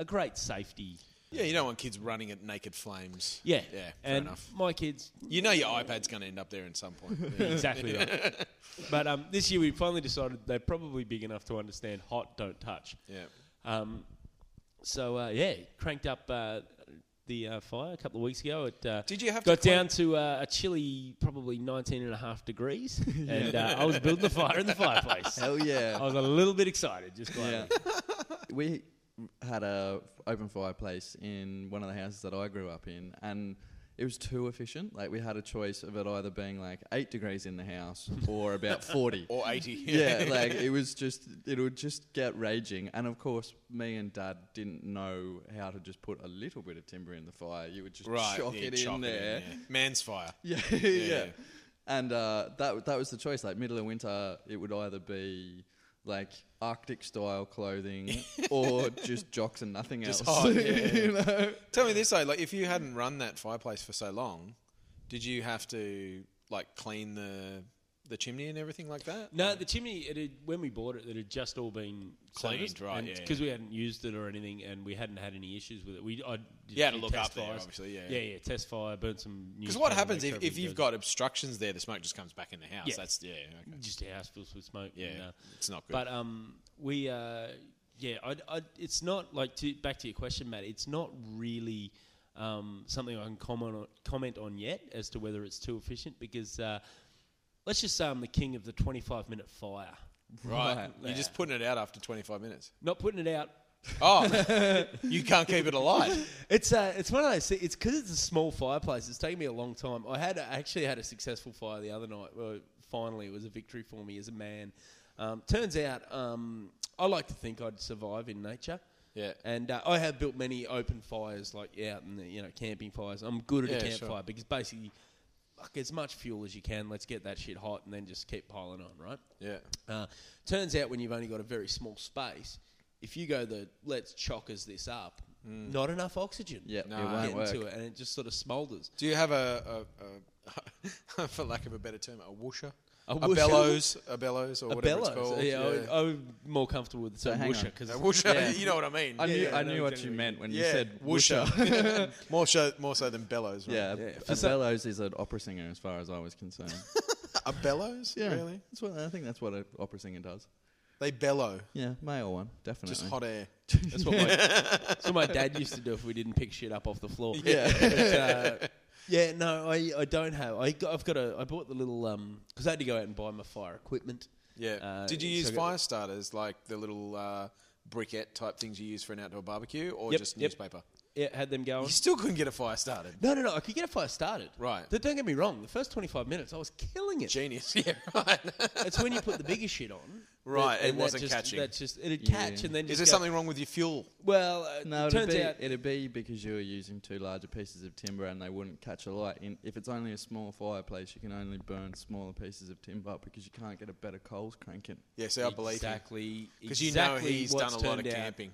a great safety.
Yeah, you don't want kids running at naked flames.
Yeah,
Yeah, fair
and
enough.
my kids
You know your iPad's going to end up there at some point.
exactly right. But um, this year we finally decided they're probably big enough to understand hot don't touch.
yeah.
Um, so uh, yeah, cranked up uh, the uh, fire a couple of weeks ago. It uh,
Did you have to
got
clean-
down to uh, a chilly, probably 19 and a half degrees, and uh, I was building the fire in the fireplace.
Hell
I
yeah.
was a little bit excited, just like
Oh, yeah. we had a f- open fireplace in one of the houses that I grew up in, and it was too efficient. Like, we had a choice of it either being like eight degrees in the house or about 40.
Or 80.
yeah, like it was just it would just get raging, and of course, me and Dad didn't know how to just put a little bit of timber in the fire. You would just
Right.
chuck
yeah,
it
chuck
in there,
yeah. Man's fire.
yeah, yeah. And uh, that that was the choice. Like middle of winter, it would either be like Arctic style clothing or just jocks and nothing
Just
else.
hot, yeah,
you know?
Tell me this though, like if you hadn't run that fireplace for so long, did you have to like clean the the chimney and everything like that?
No, the chimney. It had, when we bought it, it had just all been
Cleaned, right, yeah,
Because we hadn't used it or anything, and we hadn't had any issues with it. We I did
You had
a
to
few
look
test
up there,
fires.
obviously, yeah.
yeah, yeah. Test fire, burnt some.
Because what happens if, if you've got obstructions there, the smoke just comes back in the house.
Yeah.
That's yeah, okay.
just a house filled with smoke?
yeah.
and, uh,
it's not good.
But um, we uh, yeah, I, I, it's not like to back to your question, Matt. It's not really um, something I can comment on, comment on yet as to whether it's too efficient because uh, let's just say I'm the king of the 25 minute fire.
right,
Right.
you're just putting it out after 25 minutes.
Not putting it out.
Oh, you can't keep it alive.
It's uh, it's one of those. thi- It's because it's a small fireplace. It's taken me a long time. I had I actually had a successful fire the other night. Well, finally, it was a victory for me as a man. Um, turns out, um, I like to think I'd survive in nature.
Yeah.
And uh, I have built many open fires, like out in the you know camping fires. I'm good at
Yeah,
a
sure.
campfire because basically, fuck as much fuel as you can. Let's get that shit hot and then just keep piling on, right?
Yeah,
Uh, turns out when you've only got a very small space, if you go the let's chockers this up, not enough oxygen.
Yeah,
to
No.
Mm. it
get
won't work.
into it, and it just sort of smoulders.
do you have a, a, a for lack of a better term, a whoosher,
A
a,
whoosher?
bellows, a bellows, or
A
whatever
bellows.
it's called?
yeah, oh, I, I'm more comfortable with the term
hang on.
whoosher because
A whoosher.
Yeah.
You know what I mean?
I knew
yeah,
I
no,
knew what
generally.
you meant when you
Yeah,
said
whoosher.
whoosher.
more so, more so than bellows. Right?
yeah,
Yeah, for
a
some-
bellows is an opera singer as far as I was concerned.
a bellows.
Yeah,
Really?
that's what I think. That's what an opera singer does.
They bellow.
Yeah, male one, definitely.
Just hot air.
That's what, my, that's what my dad used to do if we didn't pick shit up off the floor.
Yeah.
But, uh, yeah, no, I, I don't have. I got, I've got a. I bought the little um because I had to go out and buy my fire equipment.
Yeah.
Uh,
Did you
so
use
I got-
fire starters, like the little uh, briquette type things you use for an outdoor barbecue, or
Yep,
just
yep.
newspaper?
Yeah, had them going.
You still couldn't get a fire started.
No, no, no. I could get a fire started.
Right.
But don't get me wrong. The first twenty-five minutes, I was killing it.
Genius. Yeah, right.
It's when you put the bigger shit on.
Right, it
that
wasn't
just,
catching.
That's just it'd
Yeah.
catch and then. Just
Is there
go-
something wrong with your fuel?
Well, uh,
No,
it
it'd
turns
be,
out
it'd be because you were using two larger pieces of timber and they wouldn't catch a light. In, if it's only a small fireplace, you can only burn smaller pieces of timber because you can't get a better coals cranking.
Yeah, so I believe you.
exactly
Because
exactly
you know he's
what's
done a lot of
turned out-
camping.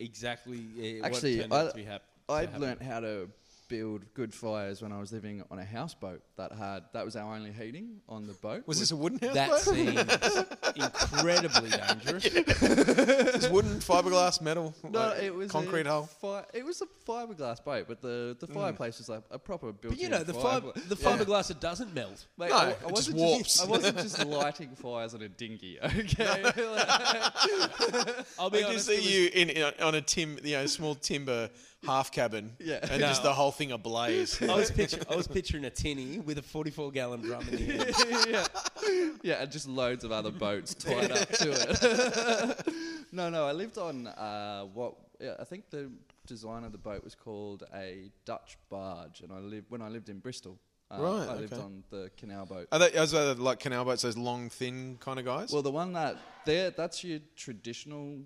Exactly. Uh,
Actually,
what turned
I-
out to be hap- to
I'd
happen.
learnt how to build good fires when I was living on a houseboat that had that was our only heating on the boat.
Was this a wooden house?
That
though?
seems incredibly dangerous.
It's wooden, fiberglass, metal,
no,
like,
it was
concrete
a
hull.
Fi- it was a fiberglass boat, but the, the fireplace was like a proper built.
Mm. But you know, the, fiber, the fiberglass, it doesn't melt.
Mate,
No,
I, I
it just
wasn't
warps.
I wasn't just lighting fires on a dinghy, okay?
I'll
I
be
can
honest.
see
it was-
you in, in on a tim, you know, small timber half cabin,
Yeah.
and
No.
just the whole thing ablaze.
I was, picture, I was picturing a tinny with a 44 gallon drum in the end.
yeah. yeah, and just loads of other boats tied up to it. no, no, I lived on uh, what yeah, I think the design of the boat was called a Dutch barge, and I lived when I lived in Bristol. Uh,
Right,
I lived
okay. Uh,
on the canal boat.
Are they, are they like canal boats, those long, thin kind of guys?
Well, the one that there, that's your traditional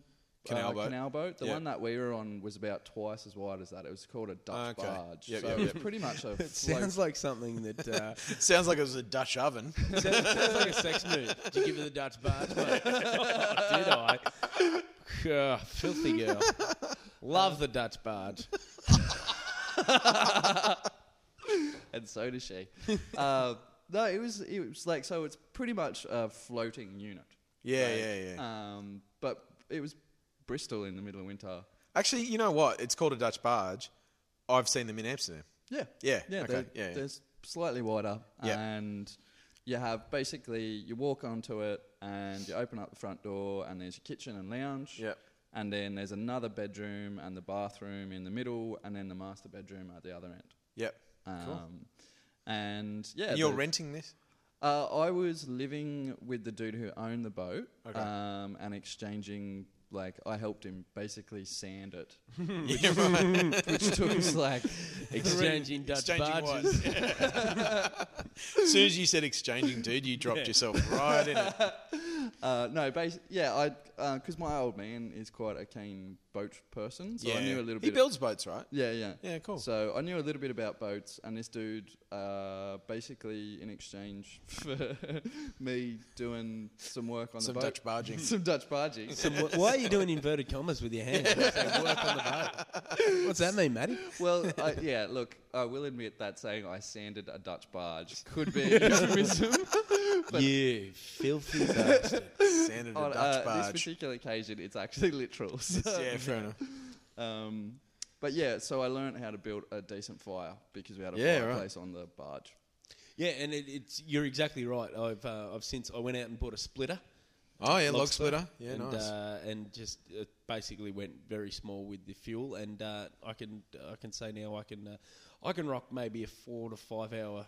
Canal
uh,
boat.
Canal boat. The
Yeah.
one that we were on was about twice as wide as that. It was called a Dutch
Ah, Okay.
barge.
Yep,
so
yep,
it was
yep.
pretty much a
It
float.
sounds like something that uh,
sounds like it was a Dutch oven.
sounds, sounds like a sex move. Did you give her the Dutch barge? mate? did I? Ah, filthy girl. Love the Dutch barge.
and so does she. uh, no, it was it was like so. It's pretty much a floating unit.
Yeah,
right?
yeah, yeah.
Um, but it was Bristol in the middle of winter.
Actually, you know what? It's called a Dutch barge. I've seen them in Amsterdam.
Yeah,
Yeah,
yeah.
okay,
They're,
yeah, yeah.
they're s- slightly wider,
Yeah.
and you have basically you walk onto it and you open up the front door, and there's your kitchen and lounge.
Yeah.
And then there's another bedroom and the bathroom in the middle, and then the master bedroom at the other end.
Yep.
Um,
Cool.
And yeah,
And you're
the-
renting this?
Uh, I was living with the dude who owned the boat
Okay.
um, and exchanging, like, I helped him basically sand it,
yeah, right.
which took us, like,
Exchanging Dutch
Exchanging
barges.
what? as soon as you said exchanging, dude, you dropped yourself right in it.
uh, no, bas- yeah, I, because my old man is quite a keen boat person, so
yeah.
I knew a little bit.
He builds boats, right?
yeah, yeah.
Yeah, cool.
So I knew a little bit about boats, and this dude, uh, basically, in exchange for me doing some work on
Some
the boat,
Dutch barging.
some Dutch barging.
Some, why are you doing inverted commas with your hands? It's like work on the boat. What's that mean, Matty?
Well, I, yeah, look, I will admit that saying I sanded a Dutch barge could be a euphemism.
you filthy bastard.
Sanded a
On
Dutch
uh, this
barge.
particular occasion, it's actually literal. so,
Yeah, fair enough.
um, but yeah, so I learned how to build a decent fire because we had a
Yeah, right.
fireplace on the barge.
Yeah, and it, it's you're exactly right. I've uh, I've since I went out and bought a splitter.
Oh yeah, log
lobster,
splitter. Yeah,
and,
nice.
Uh, and just uh, basically went very small with the fuel, and uh, I can I can say now I can uh, I can rock maybe a four to five hour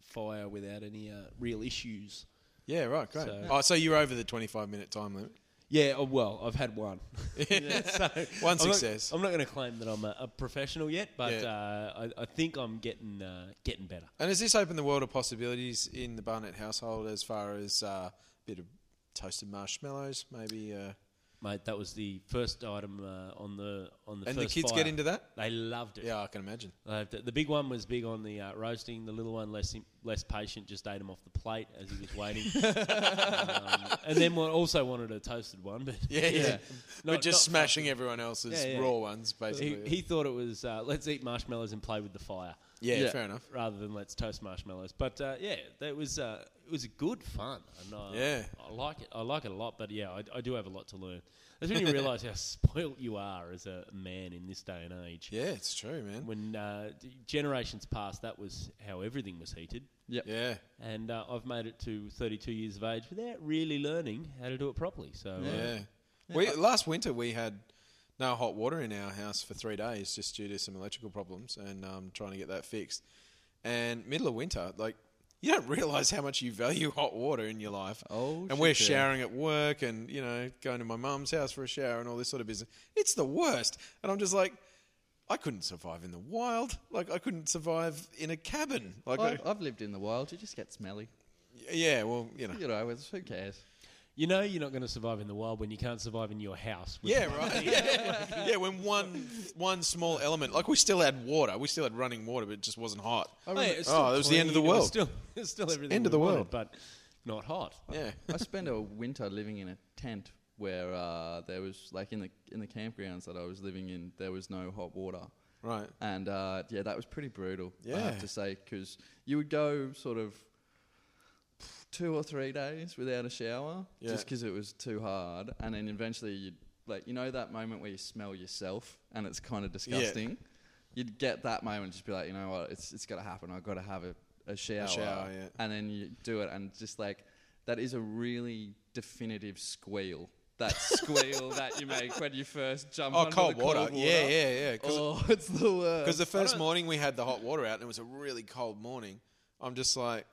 fire without any uh, real issues.
yeah, right, great.
so-
oh, so you're over the 25 minute time limit.
Yeah, oh, well, I've had one. so
One
I'm not-
success.
I'm not, going to claim that I'm a, a professional yet, but
Yeah.
uh, I, I think I'm getting uh, getting better.
And has this opened the world of possibilities in the Barnett household as far as uh, a bit of toasted marshmallows, maybe? Uh,
Mate, that was the first item uh, on the on the
and the
first
kids
fire.
get into that?
They loved it.
Yeah, I can imagine.
Uh, the, the big one was big on the uh, roasting. The little one, less less patient, just ate him off the plate as he was waiting. um, and then we also wanted a toasted one, but
Yeah, yeah.
Yeah.
We're
Not-
just
not
smashing everyone else's
Yeah, yeah.
raw ones, basically.
he, he thought it was uh, let's eat marshmallows and play with the fire.
Yeah,
Yeah.
fair enough.
rather than let's toast marshmallows. But uh, yeah, that was uh, it was good fun. And, uh,
Yeah.
I like it. I like it a lot. But yeah, I, I do have a lot to learn. That's when you realise how spoilt you are as a man in this day and age.
Yeah, it's true, man.
When uh, d- generations past, that was how everything was heated.
Yeah,
And uh, I've made it to 32 years of age without really learning how to do it properly. So
yeah.
uh,
We last winter we had no hot water in our house for three days just due to some electrical problems and um, trying to get that fixed. And middle of winter, like you don't realise how much you value hot water in your life.
Oh,
and we're
shit, yeah.
showering at work, and you know going to my mum's house for a shower and all this sort of business. It's the worst. And I'm just like. I couldn't survive in the wild. Like I couldn't survive in a cabin. Like,
I,
I-
I've lived in the wild. You just get smelly.
yeah, well, you know,
You know, it's- who cares?
you know you're not going to survive in the wild when you can't survive in your house. with-
Yeah, right. Yeah, yeah. When one one small element, like we still had water, we still had running water, but it just wasn't hot.
Oh, yeah, it was
Oh,
still
that was the end of the
clean, it was
world.
Still, it was still everything.
end of
we
the
wanted,
world.
but not hot.
Yeah,
I spent a winter living in a tent where uh, there was like in the in the campgrounds that I was living in, there was no hot water,
right.
and uh, yeah, that was pretty brutal. I
Yeah.
have to say because you would go sort of two or three days without a shower just 'cause
Yeah.
just because it was too hard, and then eventually you'd like you know that moment where you smell yourself and it's kind of disgusting. You'd get that moment, and just be like, you know what, it's it's gotta happen. I've got to have a, a shower,
shower, yeah.
and then you do it, and just like that is a really definitive squeal. That squeal that you make when you first jump.
Oh,
under
cold
the
water.
Cold water.
Yeah, yeah, yeah. Because
Oh, it's the worst.
the first morning we had the hot water out, and it was a really cold morning. I'm just like,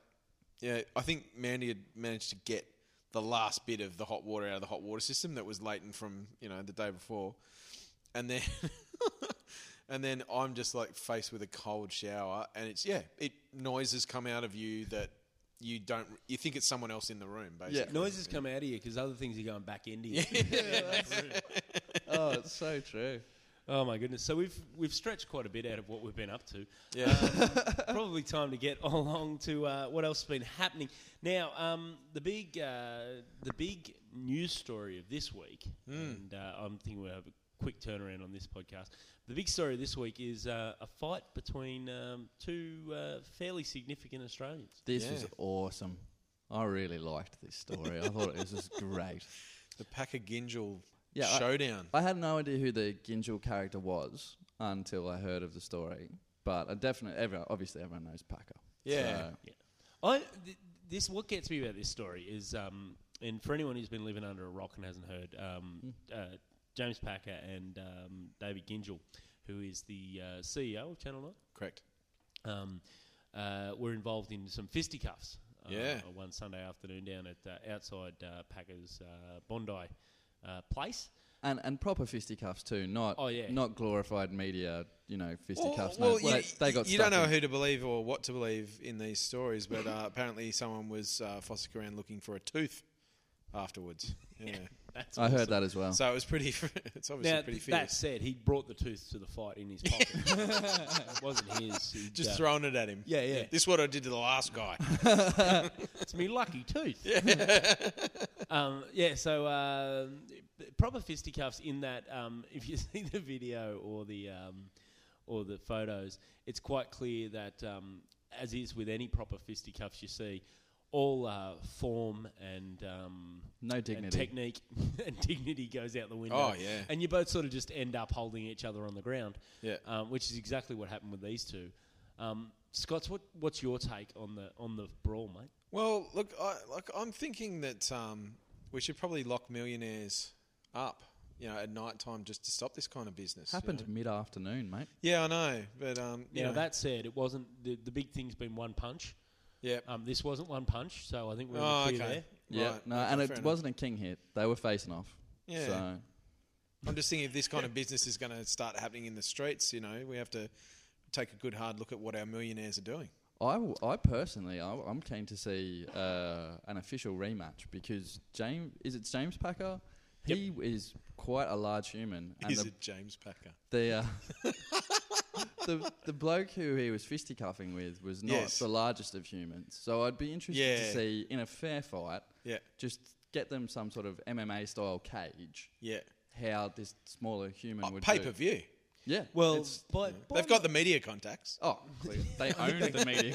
yeah. I think Mandy had managed to get the last bit of the hot water out of the hot water system that was latent from you know the day before, and then. And then I'm just like faced with a cold shower, and it's yeah, it noises come out of you that you don't, you think it's someone else in the room, basically.
Noises come out of you because other things are going back into you.
oh, it's so true.
oh my goodness! So we've we've stretched quite a bit out of what we've been up to.
Yeah.
Probably time to get along to uh, what else has been happening. Now, um, the big uh, the big news story of this week, and uh, I'm thinking we'll have a quick turnaround on this podcast. The big story this week is uh, a fight between um, two uh, fairly significant Australians.
This
Yeah.
was awesome. I really liked this story. I thought it was just great.
the Packer Ginjal
Yeah, I-
showdown.
I had no idea who the Ginjal character was until I heard of the story. But I definitely, everyone, obviously, everyone knows Packer.
Yeah.
So-
I th- this what gets me about this story is, um, and for anyone who's been living under a rock and hasn't heard, um, uh, James Packer and um, David Gingell, who is the uh, CEO of Channel
Correct.
Nine, um, uh, were involved in some fisticuffs. Uh,
Yeah.
One Sunday afternoon down at uh, outside uh, Packer's uh, Bondi uh, place.
and and proper fisticuffs too, not
Oh, yeah.
not glorified media, you know, fisticuffs. no,
you,
they, they got
you don't
stuck
know
in.
who to believe or what to believe in these stories, but uh, apparently someone was uh, fossicking around looking for a tooth afterwards. Yeah.
That's
I heard
awesome.
that as well.
So it was pretty. it's obviously
Now,
pretty
th-
fierce.
that said, he brought the tooth to the fight in his pocket. it wasn't his. He'd,
Just
uh,
throwing it at him.
Yeah, yeah.
This is what I did to the last guy.
It's me lucky tooth. Yeah. um, yeah. So um, proper fisticuffs in that um, if you see the video or the um, or the photos, it's quite clear that um, as is with any proper fisticuffs, you see all uh, form and um,
no
and
dignity.
technique and dignity goes out the window.
Oh, yeah.
And you both sort of just end up holding each other on the ground.
Yeah.
Um, which is exactly what happened with these two. Um, Scott's what, what's your take on the on the brawl, mate?
Well, look, I, like I'm thinking that um, we should probably lock millionaires up, you know, at night time just to stop this kind of business. you
Happened
know.
mid afternoon, mate.
Yeah, I know, but um, you
Now
know,
that said, it wasn't the, the big thing's been one punch.
yeah.
Um, this wasn't one punch, so I think we're in
Oh,
the clear
okay.
there.
Yeah,
Right,
no,
okay,
and
fair
it
enough.
wasn't a king hit. They were facing off.
Yeah.
So
I'm just thinking if this kind of business is going to start happening in the streets, you know, we have to take a good hard look at what our millionaires are doing.
I, w- I personally, I, am keen to see uh, an official rematch because James, is it James Packer? He is quite a large human, and
is
the
it James Packer?
the, uh, the the bloke who he was fisticuffing with was not
Yes.
the largest of humans. So I'd be interested
Yeah.
to see in a fair fight,
Yeah,
just get them some sort of MMA style cage,
yeah.
how this smaller human
Oh,
would
Pay
do.
per view.
Yeah.
Well,
it's-
by, by
They've got the media contacts.
oh, clear. they own the media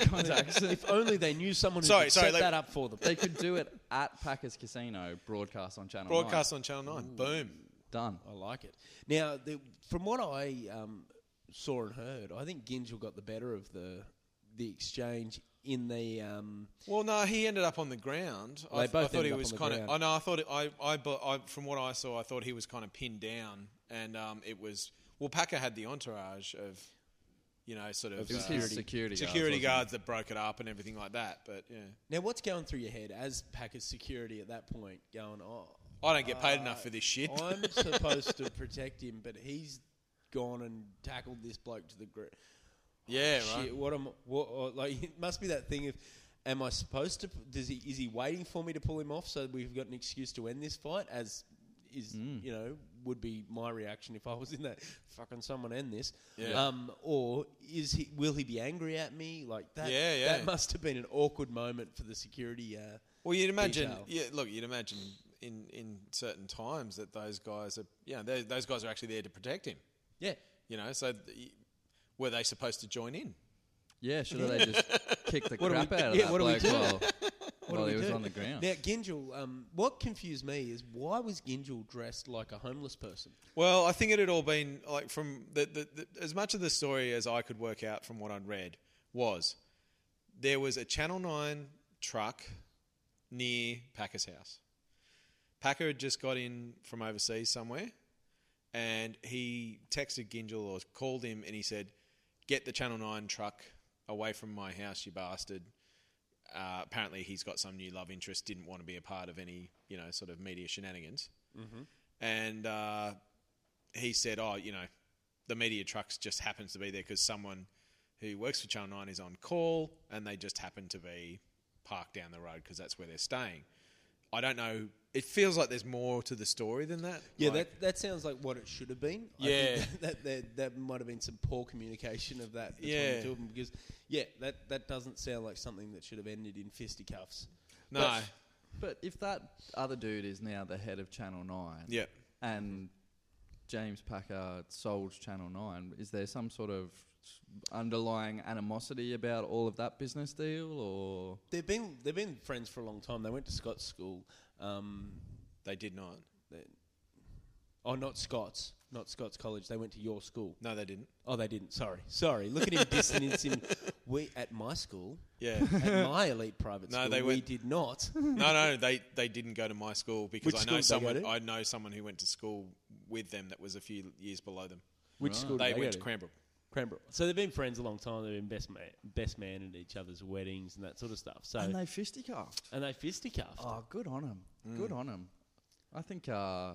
contacts.
if only they knew someone who
Sorry,
could
sorry,
set
they-
that up for them.
they could do it at Packers Casino, broadcast on Channel
Broadcast on Channel 9. Boom.
9. Done.
I like it. Now, the, from what I um, saw and heard, I think Gingell got the better of the the exchange in the. Um,
Well, no, he ended up on the ground.
They
I, th-
both
I thought
ended
he
up
was
on the
kind of.
ground.
I know. I thought. It, I, I, bu- I. From what I saw, I thought he was kind of pinned down, and um, it was. Well, Packer had the entourage of, you know, sort of
It was
uh,
his security guards,
security
wasn't it?
guards that broke it up and everything like that. But yeah,
now, what's going through your head as Packers security at that point? Going, oh,
I don't get paid enough for this shit.
Oh,
I'm supposed to protect him, but he's gone and tackled this bloke to the ground.
yeah, right.
Shit, what am what, or, like? It must be that thing of, am I supposed to? Does he is he waiting for me to pull him off so we've got an excuse to end this fight? As is you know would be my reaction if I was in that fucking someone end this.
Yeah.
Um, or is he? Will he be angry at me? Like that?
Yeah, yeah.
That must have been an awkward moment for the security. Uh,
Well, you'd imagine.
detail.
Yeah, look, you'd imagine in in certain times that those guys are. Yeah, they- those guys are actually there to protect him.
yeah.
You know, so th- were they supposed to join in?
Yeah, should they just kick the
do we-
crap out of
yeah,
that
what do we
bloke
do?
while,
What
while
do
he
we
was
do?
on the ground?
Now, Gingell, um, what confused me is why was Gingell dressed like a homeless person?
Well, I think it had all been like from the, the, the as much of the story as I could work out from what I'd read was there was a Channel Nine truck near Packer's house. Packer had just got in from overseas somewhere, and he texted Gingell or called him, and he said, "Get the Channel Nine truck away from my house, you bastard." Uh, apparently, he's got some new love interest. Didn't want to be a part of any, you know, sort of media shenanigans.
Mm-hmm.
And uh, he said, "Oh, you know, the media trucks just happens to be there because someone who works for Channel Nine is on call, and they just happen to be parked down the road because that's where they're staying." I don't know. It feels like there's more to the story than that.
Yeah,
Like-
that that sounds like what it should have been. I
Yeah.
think that, that, that that might have been some poor communication of that between the
Yeah.
two of them because yeah, that that doesn't sound like something that should have ended in fisticuffs.
no,
But if that other dude is now the head of Channel 9
yeah.
and James Packer sold Channel 9, is there some sort of underlying animosity about all of that business deal or
They've been they've been friends for a long time. They went to Scott's school. Um,
They did not.
they- oh, not Scott's, not Scott's college. They went to your school.
No, they didn't.
Oh, they didn't. Sorry, sorry. Look at him distancing. We at my school,
Yeah.
at my elite private
No,
school,
they
we
went-
did not.
no, no, they they didn't go to my school because
Which
I know
school did they go
someone.
to?
I know someone who went to school with them that was a few years below them.
Which school did
They
they go
went to
to?
Cranbrook.
Cranbrook. So they've been friends a long time. They've been best man, best man at each other's weddings and that sort of stuff. So
and they fisticuffed?
and they fisticuffed.
Oh, good on him.
Mm.
Good on him. I think uh,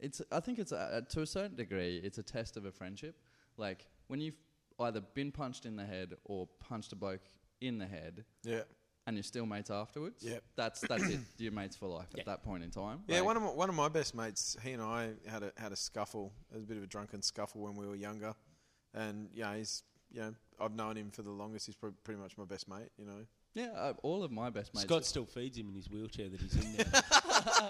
it's. I think it's uh, to a certain degree, it's a test of a friendship. Like when you've either been punched in the head or punched a bloke in the head,
Yeah.
and you're still mates afterwards.
Yep.
That's that's it. You're mates for life at that point in time.
Yeah,
Like,
one of my, one of my best mates, he and I had a had a scuffle. It was a bit of a drunken scuffle when we were younger, and yeah, he's you know I've known him for the longest. He's prob- pretty much my best mate. You know,
yeah. Uh, all of my best mates.
Scott still feeds him in his wheelchair that he's in now.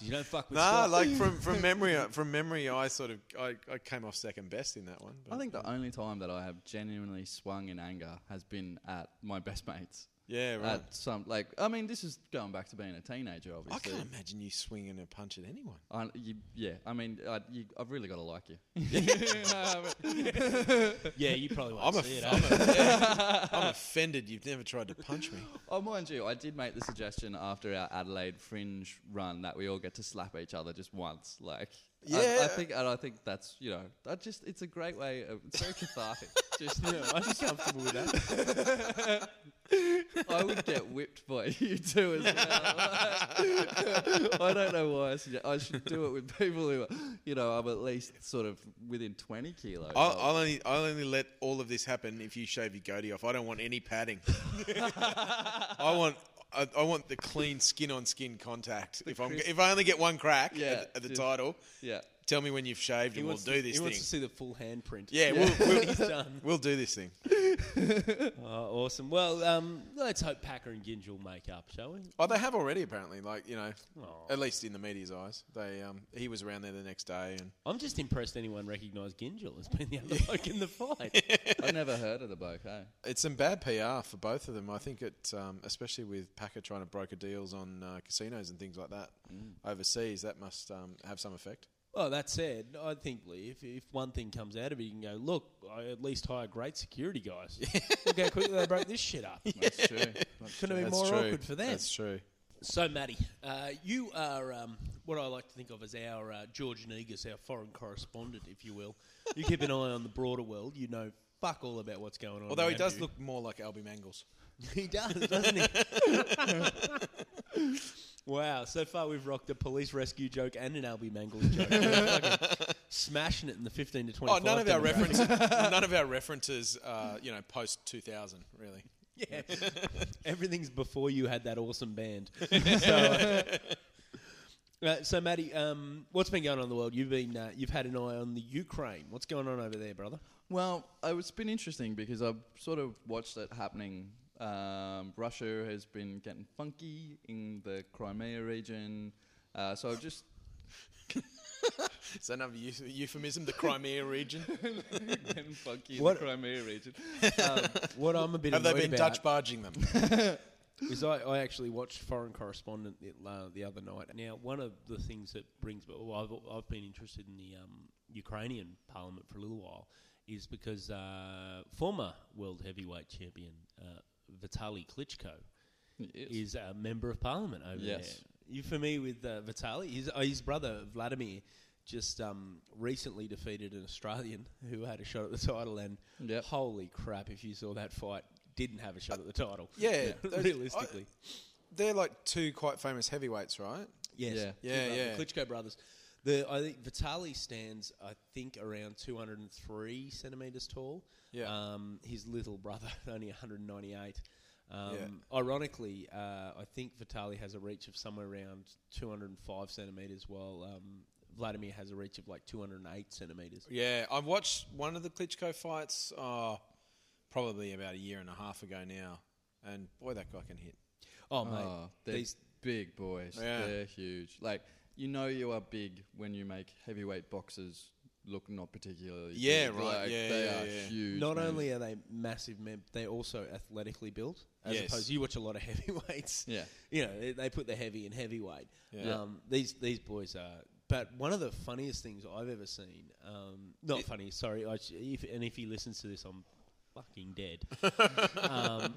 you don't fuck with
nah,
Scott.
like from from memory, I- from memory, I sort of I, I came off second best in that one.
I
but-
think the only time that I have genuinely swung in anger has been at my best mates.
yeah, right.
At some like, I mean, this is going back to being a teenager,
I
obviously.
can't imagine you swinging a punch at anyone.
I, you, yeah, I mean, I, you, I've really got to like you.
yeah, you probably won't
I'm,
see
aff-
it.
I'm,
eh?
aff- I'm offended. You've never tried to punch me.
oh, mind you, I did make the suggestion after our Adelaide Fringe run that we all get to slap each other just once. Like, I, I
Yeah.
think, and I think that's you know, that just it's a great way. Of, it's very cathartic. Just
I'm just comfortable with that.
I would get whipped by you too as well. I don't know why I, suggest, I should do it with people who, are, you know, I'm at least sort of within 20 kilos.
I'll, I'll only I'll only let all of this happen if you shave your goatee off. I don't want any padding. I want I, I want the clean skin on skin contact. if I'm
crisp-
if I only get one crack
Yeah,
at, at the
just-
title,
yeah.
tell me when you've shaved and we'll do
to,
this
he
thing.
wants to see the full handprint.
Yeah.
yeah, We'll,
he's done.
we'll we'll do this thing.
Oh, awesome. Well, um, let's hope Packer and Ginge will make up, shall we?
Oh, they have already apparently. Like you know,
Aw.
at least in the media's eyes, they um, he was around there the next day, and
I'm just impressed anyone recognised Gingell as being the other bloke in the fight.
I never heard of the bloke, eh? hey?
it's some bad PR for both of them. I think it, um, especially with Packer trying to broker deals on uh, casinos and things like that
Mm.
overseas, that must um, have some effect.
Well, that said, I think Lee, if, if one thing comes out of it, you can go, look, I at least hire great security guys. look how quickly they broke this shit up.
That's true. That's
Couldn't have been
That's
more
true.
awkward for them.
That's true.
So, Matty, uh, you are um, what I like to think of as our uh, George Negus, our foreign correspondent, if you will. You keep an eye on the broader world. You know fuck all about what's going on.
Although he
around
does
you.
look more like Albie Mangles.
he does, doesn't he? wow! So far, we've rocked a police rescue joke and an Albie Mangles joke. We're fucking smashing it in the fifteen to
Oh,
twenty-five.
none of our
demographic.
references. none of our references. Uh, you know, post two thousand, really.
Yeah. Everything's before you had that awesome band. so, uh, uh, so Maddie, um, what's been going on in the world? You've been uh, you've had an eye on the Ukraine. What's going on over there, brother?
Well, I- it's been interesting because I've sort of watched it happening. Um, Russia has been getting funky in the Crimea region, uh, so I've just
Is that another eu- euphemism? The Crimea region.
getting funky
What-
in the Crimea region.
What I'm a bit
Have they
annoyed
been
about
Dutch barging them?
is I, I actually watched Foreign Correspondent the, uh, the other night. Now, one of the things that brings, well, I've, I've been interested in the um, Ukrainian Parliament for a little while, is because uh, former world heavyweight champion uh, Vitaly Klitschko
Yes.
is a member of parliament over
Yes.
there. You familiar with uh, Vitaly? His, uh, his brother Vladimir just um, recently defeated an Australian who had a shot at the title, and
Yep.
holy crap! If you saw that fight, didn't have a shot at the title.
Yeah, those-
realistically,
They're like two quite famous heavyweights, right?
yes,
Yeah.
Two
Yeah,
brothers,
yeah.
The Klitschko brothers. The I think Vitaly stands, I think, around 203 centimeters tall.
Yeah.
Um, his little brother only 198. Um,
Yeah.
Ironically, uh, I think Vitaly has a reach of somewhere around 205 centimeters, while um, Vladimir has a reach of like 208 centimeters.
Yeah, I've watched one of the Klitschko fights, uh, probably about a year and a half ago now, and boy, that guy can hit.
Oh mate,
Oh, they're
these
big boys.
Yeah.
They're huge. Like you know, you are big when you make heavyweight boxers look not particularly.
Yeah,
big.
right.
Like,
Yeah,
they
yeah,
are
yeah.
huge.
Not
man.
only are they massive men, they're also athletically built. As
Yes.
opposed, you watch a lot of heavyweights.
Yeah.
you know they, they put the heavy in heavyweight.
Yeah.
Um, these these boys are. But one of the funniest things I've ever seen, um, not funny, sorry, I, sh- if, and if he listens to this, I'm fucking dead. um,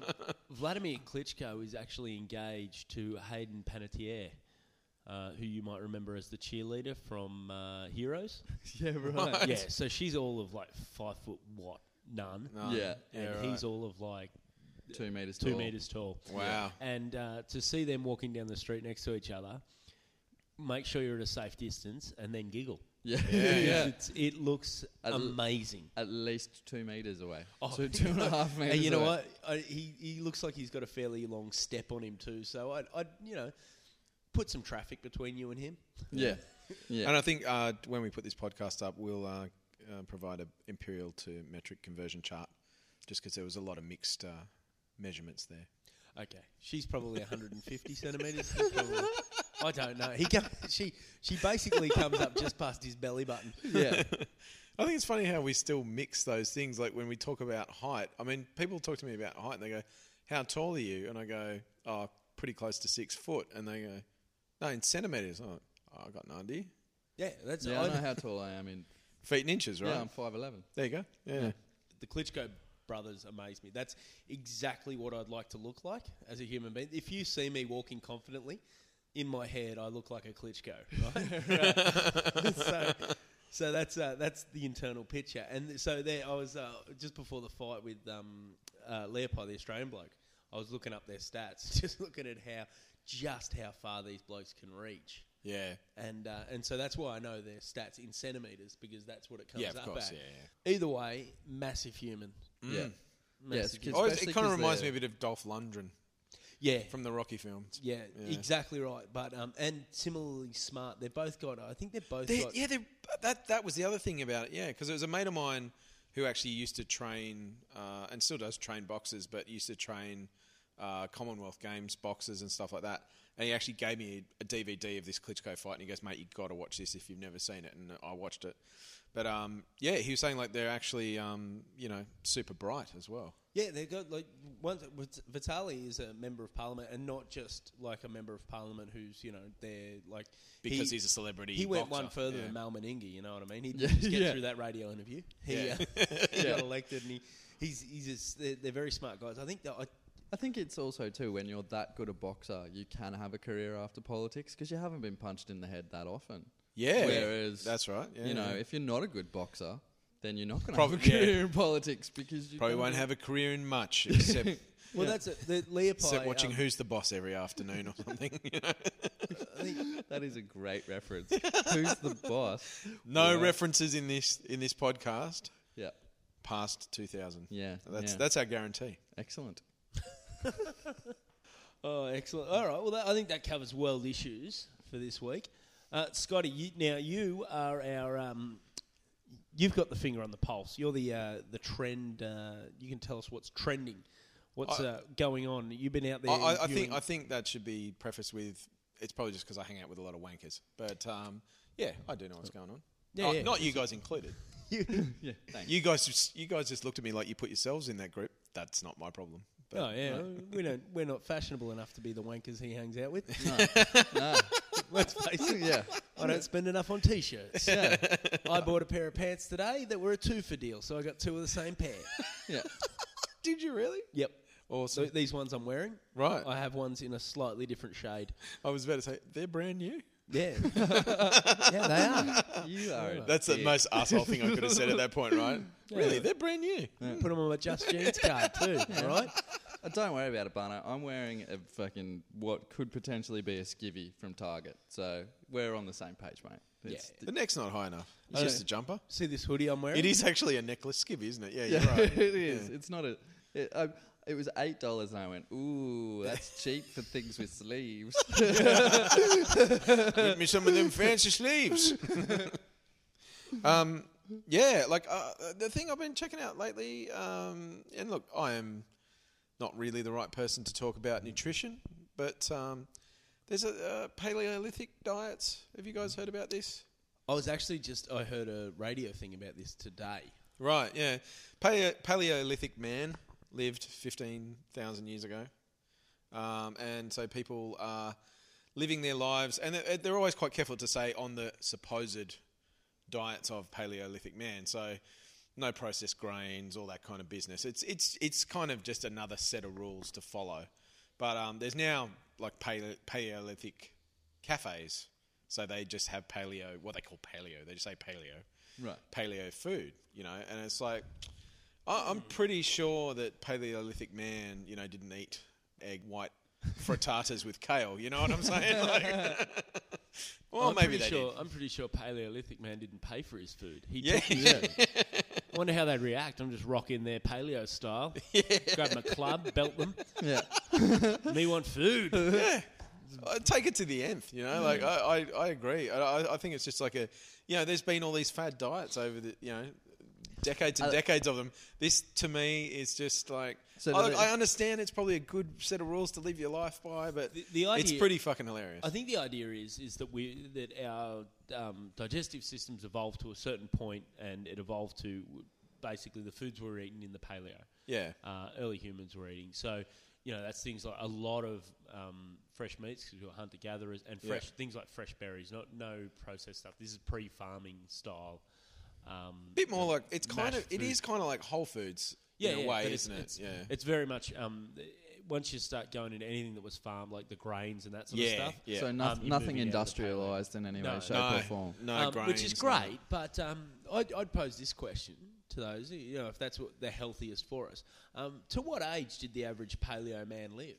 Vladimir Klitschko is actually engaged to Hayden Panettiere, uh, who you might remember as the cheerleader from uh, Heroes.
yeah, right.
Yeah, so she's all of like five foot what none,
No,
Yeah.
and
right.
he's all of like
Two meters.
two
tall.
meters tall.
Oh.
Wow.
And uh, to see them walking down the street next to each other, make sure you're at a safe distance and then giggle.
Yeah, yeah.
It's, it looks
I l-
amazing.
At least two meters away.
Oh,
so two and a half meters.
And you know
away.
what? I, he he looks like he's got a fairly long step on him too. So I'd, I'd you know put some traffic between you and him.
Yeah, yeah.
And I think uh, when we put this podcast up, we'll uh, uh, provide a imperial to metric conversion chart, just because there was a lot of mixed uh, measurements there.
Okay, she's probably 150 centimeters. He's probably- I don't know. He come, she she basically comes up just past his belly button.
yeah,
I think it's funny how we still mix those things. Like when we talk about height, I mean, people talk to me about height and they go, "How tall are you?" And I go, "Oh, pretty close to six foot." And they go, "No, in centimeters." I'm like, oh, I got no idea.
Yeah, that's
yeah.
I-
I know how tall I am. In
Feet and inches, right?
yeah, I'm five eleven.
There you go. Yeah.
the Klitschko brothers amaze me. That's exactly what I'd like to look like as a human being. If you see me walking confidently, in my head I look like a Klitschko, right? so, so that's uh, that's the internal picture. And so there, I was uh, just before the fight with um, uh, Leopold, the Australian bloke. I was looking up their stats, just looking at how just how far these blokes can reach.
Yeah.
And uh, and so that's why I know their stats in centimeters because that's what it comes
Yeah, of
up
course,
at.
yeah,
Either way, massive human.
Mm.
Yeah, yes.
Massive
Yeah,
human.
Always, Oh, it kind of reminds me a bit of Dolph Lundgren Oh,
yeah,
from the Rocky films.
yeah, exactly right. But um, and similarly smart. They've both got. I think they've both
They're-
got.
yeah, they're, that that was the other thing about it. Yeah, because it was a mate of mine who actually used to train uh, and still does train boxers, but used to train uh, Commonwealth Games boxers and stuff like that. And he actually gave me a DVD of this Klitschko fight, and he goes, "Mate, you got to watch this if you've never seen it." And I watched it, but um, yeah, he was saying like they're actually um, you know super bright as well.
Yeah, they got like one. Vit- Vitali is a member of parliament, and not just like a member of parliament who's you know they're like
Because
he-
he's a celebrity
He went
boxer,
one further
yeah.
than Mal Meningi, you know what I mean? He
Yeah,
didn't just get
yeah.
through that radio interview. He,
Yeah.
uh, he got elected, and he, he's he's just, they're, they're very smart guys. I think that I,
I think it's also too when you're that good a boxer, you can have a career after politics because you haven't been punched in the head that often.
Yeah,
Whereas,
that's right. Yeah,
you know,
yeah.
if you're not a good boxer, then you're not going to have a
Probably-
career
yeah.
in politics because you
probably
don't
won't
do-
have a career in much except
well, that's it. The Leopi,
except watching
um,
Who's the Boss every afternoon or something. you know?
That is a great reference. Who's the boss?
No
Yeah.
references in this in this podcast
Yeah,
past 2000.
yeah.
That's
yeah.
that's our guarantee.
excellent.
Oh, excellent. All right. Well, that, I think that covers world issues for this week. Uh, Scotty, you, now you are our. Um, you've got the finger on the pulse. You're the uh, the trend. Uh, you can tell us what's trending, what's
I-
uh, going on. You've been out
I,
there.
I, I think
viewing-
I think that should be prefaced with it's probably just because I hang out with a lot of wankers, but um, yeah, I do know what's going on.
Yeah,
Oh,
yeah.
not you guys included.
Yeah, thanks.
You guys, just, you guys just looked at me like you put yourselves in that group. That's not my problem. But
Oh yeah, we don't. We're not fashionable enough to be the wankers he hangs out with.
No,
Let's face it.
yeah,
I don't spend enough on t-shirts.
yeah,
I bought a pair of pants today that were a two for deal, so I got two of the same pair.
yeah.
Did you really?
Yep. So
Awesome.
these ones I'm wearing,
right.
I have ones in a slightly different shade.
I was about to say they're brand new.
Yeah. yeah, they are.
You are. a
That's the
dick.
most asshole thing I could have said at that point, right? Really,
Yeah.
they're brand new.
Put them on my Just Jeans card too, all right?
Uh, don't worry about it, Barno. I'm wearing a fucking what could potentially be a skivvy from Target, so we're on the same page, mate. It's
The neck's not high enough. It's
Okay.
just a jumper.
See this hoodie I'm wearing?
It is actually a necklace skivvy, isn't it? Yeah,
Yeah,
you're right.
it is. It's not a. It, I, it was eight dollars, and I went, "Ooh, that's cheap for things with sleeves."
Get me some of them fancy sleeves. um, yeah, like uh, the thing I've been checking out lately, um, and look, I am not really the right person to talk about nutrition, but um, there's a uh, Paleolithic diets. Have you guys heard about this?
I was actually just I heard a radio thing about this today.
Right, yeah. Paleo- Paleolithic man lived 15,000 years ago. Um, and so people are living their lives, and they're, they're always quite careful to say on the supposed diets of Paleolithic man. So no processed grains, all that kind of business. It's, it's, it's kind of just another set of rules to follow. But um, there's now like pale- Paleolithic cafes. So they just have paleo, what they call paleo. They just say paleo
right.
paleo food, you know, and it's like I, I'm pretty sure that Paleolithic man, you know, didn't eat egg white frittatas with kale. You know what I'm saying? Like, well,
I'm
maybe
pretty
they
sure,
did.
I'm pretty sure Paleolithic man didn't pay for his food. He
Yeah.
took his own. I wonder how they'd react. I'm just rocking their paleo style. Grab 'em a club, belt them.
Yeah.
Me want food.
Yeah. I take it to the nth, you know.
Mm.
Like I, I, I agree. I, I- I think it's just like a, you know, there's been all these fad diets over the, you know, decades and
Uh,
decades of them. This to me is just like.
So
I,
do they-
I understand it's probably a good set of rules to live your life by, but
The- the
it's
idea-
pretty fucking hilarious.
I think the idea is is that we that our um, digestive systems evolved to a certain point, and it evolved to basically the foods we were eating in the paleo.
yeah.
uh, early humans were eating. So, you know, that's things like a lot of um, fresh meats because we were hunter gatherers and
Yeah.
fresh things like fresh berries, not no processed stuff. This is pre farming style. Um,
bit more like it's kind
mashed
of it
food.
is kind of like Whole Foods
yeah,
in a
yeah, but
way,
it's-
isn't it?
It's,
yeah,
it's very much um, th- once you start going into anything that was farmed, like the grains and that sort
yeah,
of stuff.
yeah.
So
Um,
noth-
you're
nothing
moving out of the paleo.
industrialized in any
No.
way, shape,
no,
or form.
no
Um,
grains,
which is
no-
great. But um, I'd, I'd pose this question to those, you know, if that's what the healthiest for us. Um, to what age did the average paleo man live?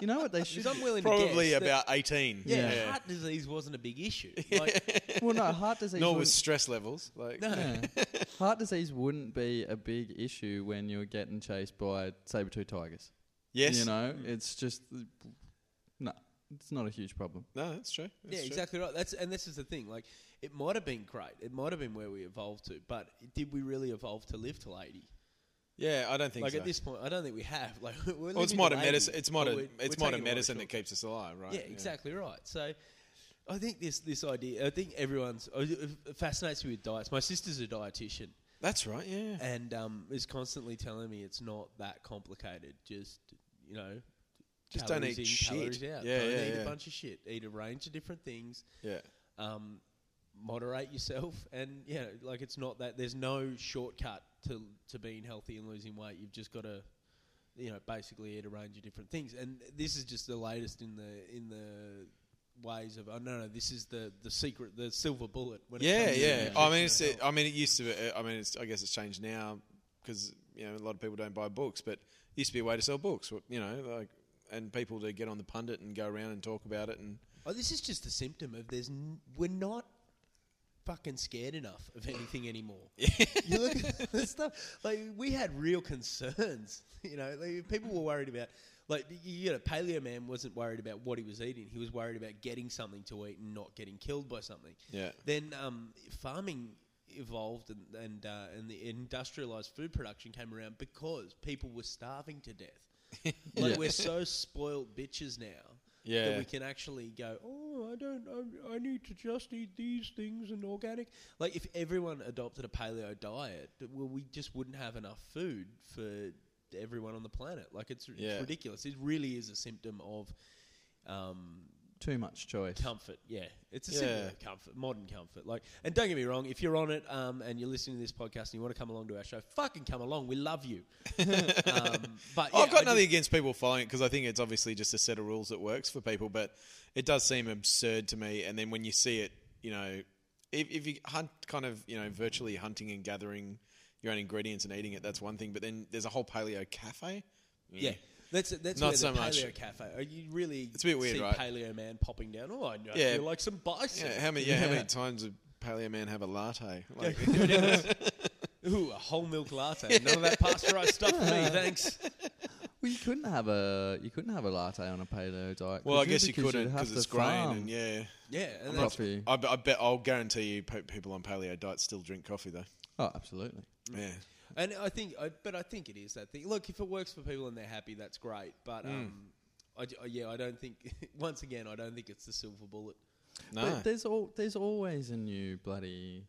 You know what they should?
Because I'm willing
Probably
to guess that-
about eighteen.
Yeah,
Yeah.
heart disease wasn't a big issue. Like,
well, no, heart disease.
Nor
wouldn't-
with stress levels. Like
yeah. heart disease wouldn't be a big issue when you're getting chased by saber tooth tigers.
yes,
You know, it's just no, it's not a huge problem.
no, that's true. That's
yeah,
true.
exactly right. That's and this is the thing. Like, It might have been great. It might have been where we evolved to, but did we really evolve to live till eighty?
Yeah, I don't think
Like
so.
at this point, I don't think we have. Like, we're
well, it's
living
modern
till 80,
medicine. It's
but
modern.
we're-
it's
we're
modern
taking a lot of
medicine that
shortcuts.
keeps us alive, right?
Yeah, exactly right. So, I think this this idea. I think everyone's uh, it fascinates me with diets. My sister's a dietitian,
That's right. Yeah.
and um, is constantly telling me it's not that complicated. Just you know,
Just don't
calories
eat
in,
shit.
calories out.
Yeah,
don't
yeah,
eat
yeah.
a bunch of shit. Eat a range of different things.
yeah.
Um, moderate yourself, and yeah, like it's not that. There's no shortcut to to being healthy and losing weight. You've just got to. You know, basically eat a range of different things, and this is just the latest in the in the ways of. Oh no, no, this is the the secret, the silver bullet. When it
Yeah,
comes to
yeah.
nutrition
I mean,
and
it's,
health.
it, I mean, it used to. Be, uh, I mean, it's, I guess it's changed now because you know a lot of people don't buy books, but it used to be a way to sell books. wh- You know, like and people to get on the pundit and go around and talk about it. And
Oh, this is just a symptom of there's n- we're not fucking scared enough of anything anymore. you look at the stuff like we had real concerns. You know, like, people were worried about like you know, paleo man wasn't worried about what he was eating. He was worried about getting something to eat and not getting killed by something.
Yeah.
Then um, farming evolved and and uh, and the industrialized food production came around because people were starving to death. like we're so spoiled bitches now
Yeah.
that we can actually go, oh, I don't, I, I need to just eat these things and organic. Like, if everyone adopted a paleo diet, th- well, we just wouldn't have enough food for everyone on the planet. Like, it's, r- it's
Yeah.
ridiculous. It really is a symptom of um,
Too much choice.
comfort. Yeah, it's a symptom
Yeah.
of comfort, modern comfort. Like, and don't get me wrong, if you're on it um, and you're listening to this podcast and you want to come along to our show, fucking come along. We love you. um, but yeah,
I've got
I
nothing
just-
against people following it because I think it's obviously just a set of rules that works for people, but it does seem absurd to me. And then when you see it, you know, if, if you hunt kind of, you know, virtually hunting and gathering your own ingredients and eating it, that's one thing. But then there's a whole paleo cafe.
Yeah. That's that's
Not
where
so
the
much.
paleo cafe. Are you really?
It's a bit weird,
see
right?
Paleo man popping down. Oh, I know.
Yeah.
feel like some bison.
Yeah, how many? Yeah, how
Yeah.
many times did Paleo Man have a latte? Like,
Ooh, a whole milk latte. None of that pasteurized stuff for me, thanks.
Well, you couldn't have a you couldn't have a latte on a paleo diet.
well, I
could
guess you
Because you'd
couldn't
have
because
to
it's grain,
farm
and yeah.
Yeah, and that's,
Coffee.
I, bet- I bet I'll guarantee you pe- people on paleo diet still drink coffee though.
Oh, absolutely.
Yeah,
and I think, I, but I think it is that thing. Look, if it works for people and they're happy, that's great. But
Hmm.
um, I j- yeah, I don't think. Once again, I don't think it's the silver bullet.
no,
But there's all there's always a new bloody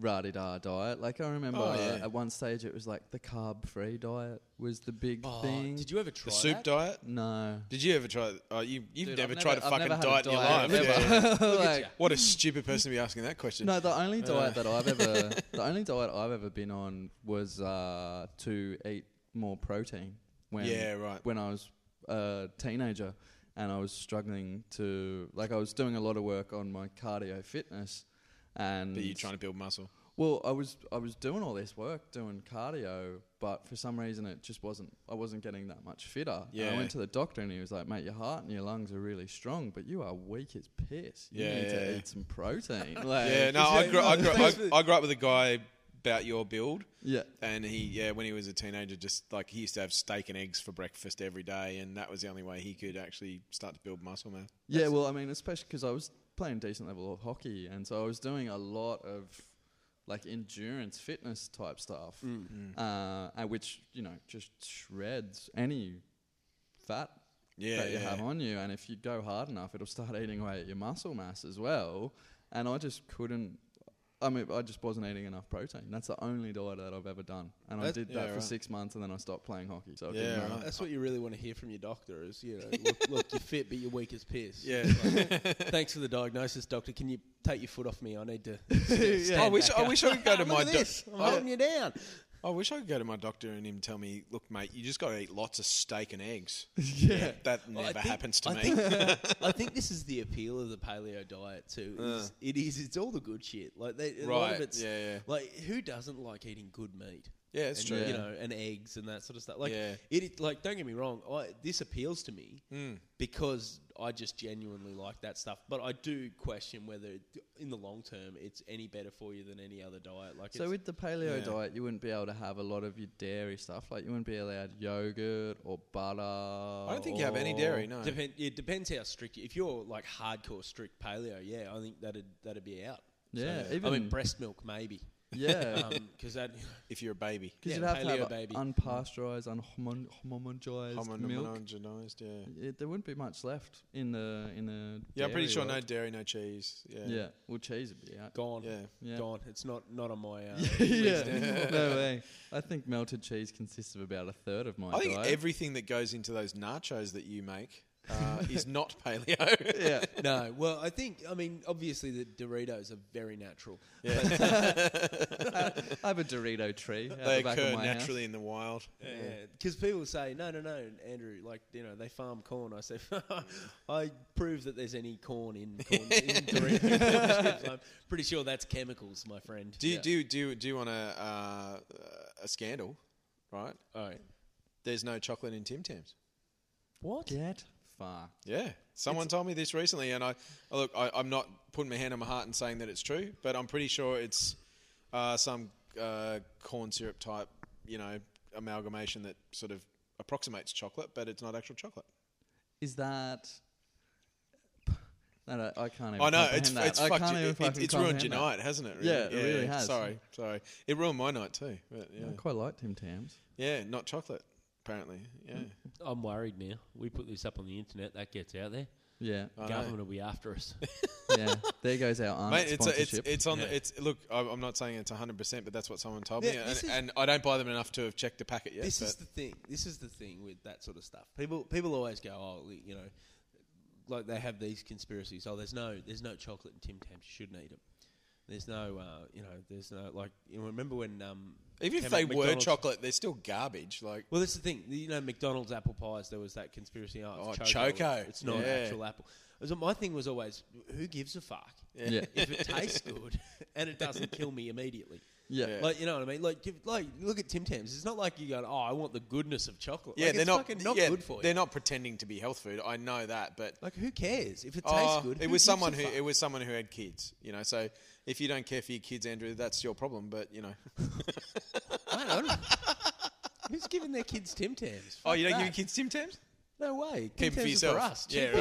rah-de-da diet. Like I remember
Oh, yeah.
at one stage it was like the carb-free diet was the big
Oh,
thing.
did you ever try
the soup
that?
diet.
no.
Did you ever try? Oh, you you've
Dude,
never
I've
tried a
never- I've
fucking
never had a
diet,
diet,
in your life.
ever.
Yeah.
Like,
ya.
What a stupid person to be asking that question.
No, the only
Uh.
diet that I've ever the only diet I've ever been on was uh, to eat more protein when
yeah, right.
when I was a teenager and I was struggling to like I was doing a lot of work on my cardio fitness and
But you're trying to build muscle.
well, I was I was doing all this work, doing cardio, but for some reason it just wasn't. I wasn't getting that much fitter. And
Yeah.
I went to the doctor and he was like, "Mate, your heart and your lungs are really strong, but you are weak as piss. You
Yeah,
need
yeah,
to
yeah.
eat some protein." Like,
yeah, no, I
yeah,
grew, I,
no,
grew, I,
thanks for-
I grew up with a guy about your build.
yeah.
And he, yeah, when he was a teenager, just like he used to have steak and eggs for breakfast every day, and that was the only way he could actually start to build muscle mass.
Yeah, well, I mean, especially because I was playing decent level of hockey, and so I was doing a lot of like endurance fitness type stuff,
Mm.
Mm.
uh, and which you know just shreds any fat
Yeah,
that you
yeah.
have on you, and if you go hard enough, it'll start eating away at your muscle mass as well. And I just couldn't. I mean, I just wasn't eating enough protein. That's the only diet that I've ever done, and I
That's-
did
yeah,
that for
right.
six months, and then I stopped playing hockey. So it
Yeah,
didn't matter.
right.
That's what you really want to hear from your doctor is, you know, look, look you're fit, but you're weak as piss.
Yeah.
Like, Thanks for the diagnosis, doctor. Can you take your foot off me? I need to. stand
I wish
back
I
up.
wish I could go to
Look
my
at this.
doctor.
I'm holding you down.
I wish I could go to my doctor and him tell me, look, mate, you just got to eat lots of steak and eggs.
yeah.
That
Well, I
never
think-
happens to
I
me.
Think, uh, I think this is the appeal of the paleo diet too. Is It is. It's all the good shit. Like they, a lot
Uh. Right,
of it's
yeah, yeah.
like who doesn't like eating good meat?
yeah, it's
and,
true.
You
Yeah.
know, and eggs and that sort of stuff. Like
Yeah.
it, it- Like don't get me wrong. I, this appeals to me
Hmm.
because I just genuinely like that stuff. But I do question whether, in the long term, it's any better for you than any other diet. Like
So
it's,
with the paleo
Yeah.
diet, you wouldn't be able to have a lot of your dairy stuff. Like you wouldn't be allowed yogurt or butter.
I don't think you have any dairy, no.
Depend, it depends how strict. If you're like hardcore strict paleo, yeah, I think that'd that'd be out.
Yeah,
yeah. I
I
even
mean, breast milk maybe
yeah,
because that
if you're a baby.
because
yeah,
you'd have to
paleo
have
baby.
unpasteurized, unhomogenized
Homo-
milk.
homogenised, yeah.
It, there wouldn't be much left in the in the.
Yeah, I'm pretty
dairy
sure no
world.
dairy, no cheese. Yeah.
Yeah, well, cheese would be out.
gone,
Yeah.
Yeah.
gone. It's not not on my. Uh,
yeah, no way. I think melted cheese consists of about a third
Oh
of my
I think
diet.
everything that goes into those nachos that you make uh, is not paleo.
yeah,
no, well, I think I mean obviously the Doritos are very natural.
I have a Dorito tree. Out
they
the back
occur
of my house.
naturally in the wild.
Because people say, no, no, no, Andrew, like, you know, they farm corn. I say, I prove that there's any corn in corn. in Doritos. I'm pretty sure that's chemicals, my friend.
Do you,
Yeah.
do you, do you, do you want a, uh, a scandal, right?
All right.
There's no chocolate in Tim Tams.
What?
Get fucked.
Yeah. Someone told me this recently, and I oh, look. I, I'm not putting my hand on my heart and saying that it's true, but I'm pretty sure it's uh, some uh, corn syrup type, you know, amalgamation that sort of approximates chocolate, but it's not actual chocolate.
Is that? No, no, I can't even.
I know
comprehend
it's
that.
it's
I
fucked
can't
you.
even
It,
fucking
it's ruined
comprehend
your
that.
night, hasn't it?
Yeah, it really has.
Sorry, sorry. It ruined my night too. But yeah.
I quite like Tim Tams.
yeah, not chocolate. Apparently, yeah.
Mm. I'm worried now. We put this up on the internet, that gets out there.
Yeah,
I know.
Government will be after us.
yeah. There goes our Arnold
Mate, it's, a, it's
sponsorship.
it's on
Yeah.
the it's look. I- I'm not saying it's 100, percent but that's what someone told me,
Yeah,
and,
this is-
and I don't buy them enough to have checked the packet yet.
this
but
is the thing. This is the thing with that sort of stuff. People people always go, oh, li- you know, like they have these conspiracies. Oh, there's no there's no chocolate in Tim Tams. You shouldn't eat them. There's no, uh, you know, there's no like. You know, remember when um,
Even
Cam-
if they were
McDonald's-
chocolate, they're still garbage. Like,
Well, that's the thing. You know, McDonald's apple pies. There was that conspiracy. Oh, it's
Oh,
choco.
choco.
It's not
Yeah.
actual apple. So my thing was always, who gives a fuck?
yeah,
if it tastes good and it doesn't kill me immediately.
yeah.
Yeah.
Like you know what I mean? Like give, like look at Tim Tams. It's not like you go, oh, I want the goodness of chocolate.
yeah,
Like,
they're
it's
not.
fucking not
yeah,
good for you.
They're not pretending to be health food. I know that, but
Like who cares if it tastes
Oh,
good?
it
who
was
gives
someone
a
who
fuck?
it was someone who had kids. You know, so if you don't care for your kids, Andrew, that's your problem. But you know,
I don't. know. Who's giving their kids Tim Tams?
oh,
Fuck
you don't give
that.
your kids Tim Tams?
No way. Tim
Keep them for
Tams are
yourself.
us.
Yeah,
Cheap
right,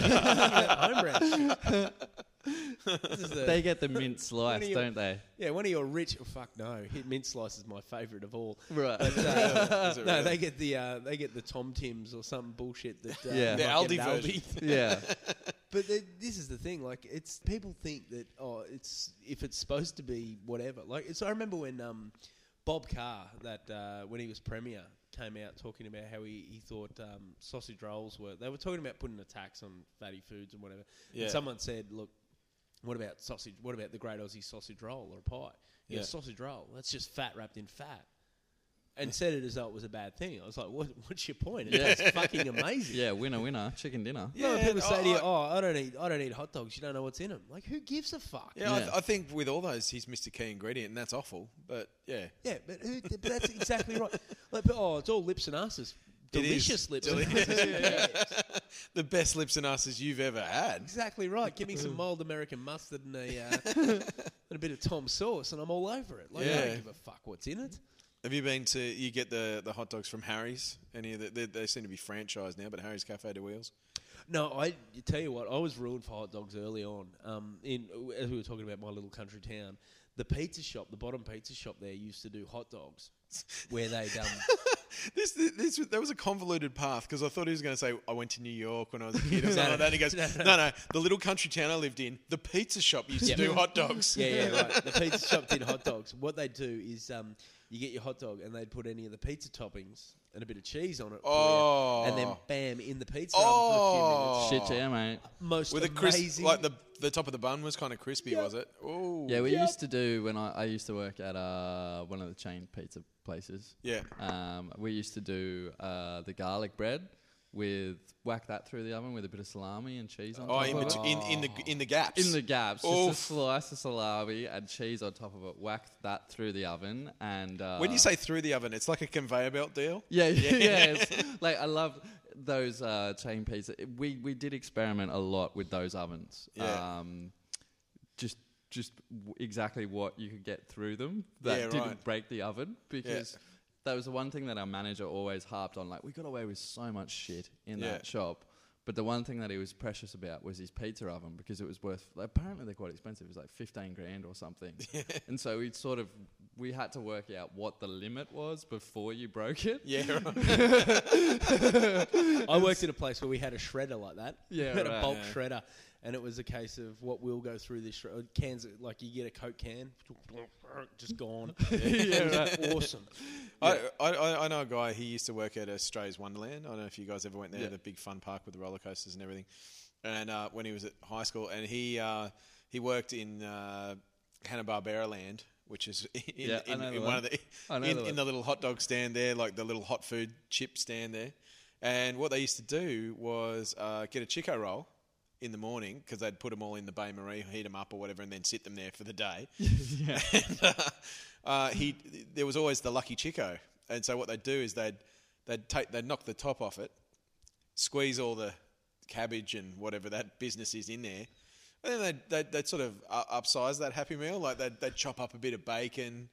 biscuits.
fair
Home brand. This is the-
They get the mint slice,
do you-
don't they?
Yeah, one of your rich. Oh, fuck no, Hit mint slice is my favourite of all.
Right.
But, uh,
Is it
no,
really?
they get the uh, they get the Tom Tims or some bullshit that uh,
Yeah.
you
The
might get
Aldi
at
version.
yeah,
But the, this is the thing, like it's people think that oh, it's if it's supposed to be whatever. Like it's I remember when um, Bob Carr that uh, when he was premier came out talking about how he, he thought um, sausage rolls were they were talking about putting a tax on fatty foods and whatever.
Yeah.
And someone said, look, what about sausage? What about the great Aussie sausage roll or pie? Yeah,
Yeah.
sausage roll. That's just fat wrapped in fat. And said it as though it was a bad thing. I was like, what, what's your point? It's fucking amazing.
yeah. Winner, winner, chicken dinner.
No,
Yeah,
people say to you,
I-
"Oh, I don't eat, I don't eat hot dogs. You don't know what's in them." Like, who gives a fuck?
Yeah, I,
Yeah.
th- I think with all those, he's missed a key ingredient, and that's awful. But yeah,
Yeah, but, who, but that's exactly right. Like, but, oh, it's all lips and asses.
It is.
Delicious lips.
Deli-
and asses. Yeah,
the best lips and asses you've ever had.
exactly right. Give me some mild American mustard and a uh, and a bit of Tom sauce, and I'm all over it. Like, I
Yeah.
don't give a fuck what's in it.
Have you been to? You get the, the hot dogs from Harry's? Any of the, they, they seem to be franchised now, but Harry's Cafe de Wheels.
No, I you tell you what, I was ruined for hot dogs early on. Um, in as we were talking about my little country town, the pizza shop, the bottom pizza shop there, used to do hot dogs, where they um.
This, this, that was a convoluted path because I thought he was going to say I went to New York when I was a kid or something
No,
like that. And he goes,
no,
no
no.
no. the little country town I lived in, the pizza shop used
Yeah.
to do hot dogs.
Yeah, yeah, right. The pizza shop did hot dogs. What they would do is um, you get your hot dog and they'd put any of the pizza toppings and a bit of cheese on it. for you,
Oh.
and then bam, in the pizza
Oh.
oven for a few minutes.
Shit, yeah, mate.
Most
With a crisp,
amazing.
like the the top of the bun was kind of crispy, was it? Oh,
Yeah, we used to do when I, I used to work at uh, one of the chain pizza places.
yeah.
Um, we used to do uh, the garlic bread with whack that through the oven with a bit of salami and cheese on
Oh,
top
in,
of
bet-
it.
in in the in the gaps.
In the gaps, just a
Oof.
slice of salami and cheese on top of it. Whack that through the oven and uh,
when you say through the oven, it's like a conveyor belt deal.
yeah, yeah, yes. like I love those uh, chain pizza. We we did experiment a lot with those ovens.
Yeah.
Um, just just w- exactly what you could get through them that
Yeah,
didn't
right.
break the oven because. That was the one thing that our manager always harped on. Like, we got away with so much shit in
Yeah.
that shop, But the one thing that he was precious about was his pizza oven because it was worth. Apparently, they're quite expensive. It was like fifteen grand or something. and so we sort of we had to work out what the limit was before you broke it.
Yeah, right.
I worked at a place where we had a shredder like that.
Yeah,
we had
right.
a bulk
Yeah.
shredder, and it was a case of what will go through this shred- cans. Like you get a coke can, just gone. it was awesome.
I, I, I I know a guy. He used to work at Australia's Wonderland. I don't know if you guys ever went there,
Yeah.
the big fun park with the roller coasters and everything. And uh, when he was at high school, and he uh, he worked in uh, Hanna Barbera Land, which is in,
Yeah, I
in,
know
in
the
one
one.
of the
I know
in,
the
in
one.
the little hot dog stand there, like the little hot food chip stand there. And what they used to do was uh, get a Chico roll in the morning because they'd put them all in the Bay Marie, heat them up or whatever, and then sit them there for the day. and, uh, uh, he there was always the lucky chico, and so what they'd do is they'd they'd take they'd knock the top off it, squeeze all the cabbage and whatever that business is in there, and then they'd they'd, they'd sort of u- upsize that happy meal like they'd they'd chop up a bit of bacon.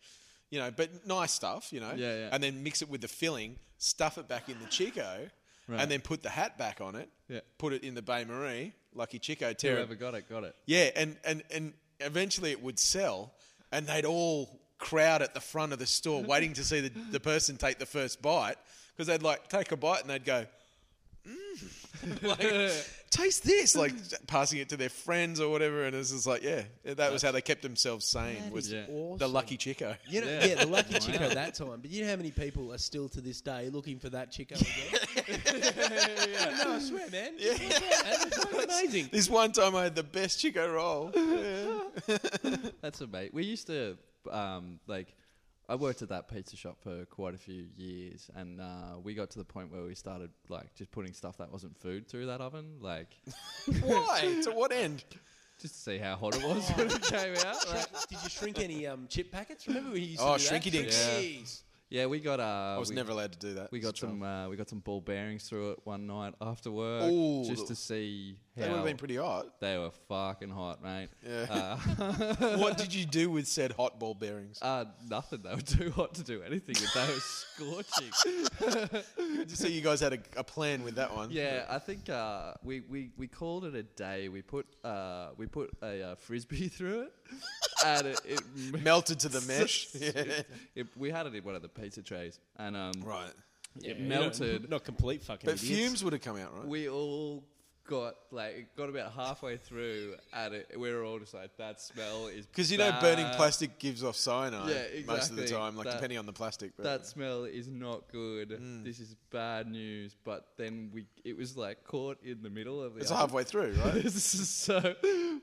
You know, but nice stuff, you know,
Yeah, yeah.
and then mix it with the filling, stuff it back in the Chico,
Right.
and then put the hat back on it,
Yeah.
put it in the Bay Marie, Lucky Chico, tear it
Whoever got it, got it.
yeah, and, and, and eventually it would sell, and they'd all crowd at the front of the store waiting to see the, the person take the first bite because they'd like take a bite and they'd go, mm, like, taste this, like passing it to their friends or whatever. And it was just like, yeah, that was how they kept themselves sane was
is Yeah.
the
awesome.
lucky chico.
You know, yeah.
Yeah.
the lucky
Wow.
chico that time. But you know how many people are still to this day looking for that chico again? No, I swear, man. Yeah. It's fucking amazing.
This one time I had the best chico roll.
That's a mate. We used to um, like I worked at that pizza shop for quite a few years, and uh, we got to the point where we started like just putting stuff that wasn't food through that oven, like
Why? to what end?
just to see how hot it was when it came out. like-
Did you shrink any um, chip packets? Remember when you used
Oh,
to do that?
shrinky dinks.
Shrinkies.
yeah, we got. Uh,
I was
we,
never allowed to do that.
We got
It's a trial.
some. Uh, we got some ball bearings through it one night after work,
Ooh,
just to
the-
see how
They would have been pretty hot.
they were fucking hot, mate.
Yeah. what did you do with said hot ball bearings?
Uh, nothing. They were too hot to do anything. with. They were scorching.
So you guys had a, a plan with that one.
Yeah, I think uh, we, we, we called it a day. We put uh, we put a uh, frisbee through it, and it, it, m-
Melted to the mesh. Yeah.
it, we had it in one of the pizza trays, and um,
Right.
it
Yeah, you know,
melted.
Not complete fucking
But
idiots.
fumes would have come out, right?
We all got like it got about halfway through, and it, we were all just like, "That smell is
Because you know, burning
bad.
plastic gives off cyanide
Yeah,
most of the
exactly.
time, like
That-
depending on the plastic. But
that smell is not good.
Mm.
This is bad news." But then we it was like caught in the middle of the
it's
oven.
halfway through, right?
This is so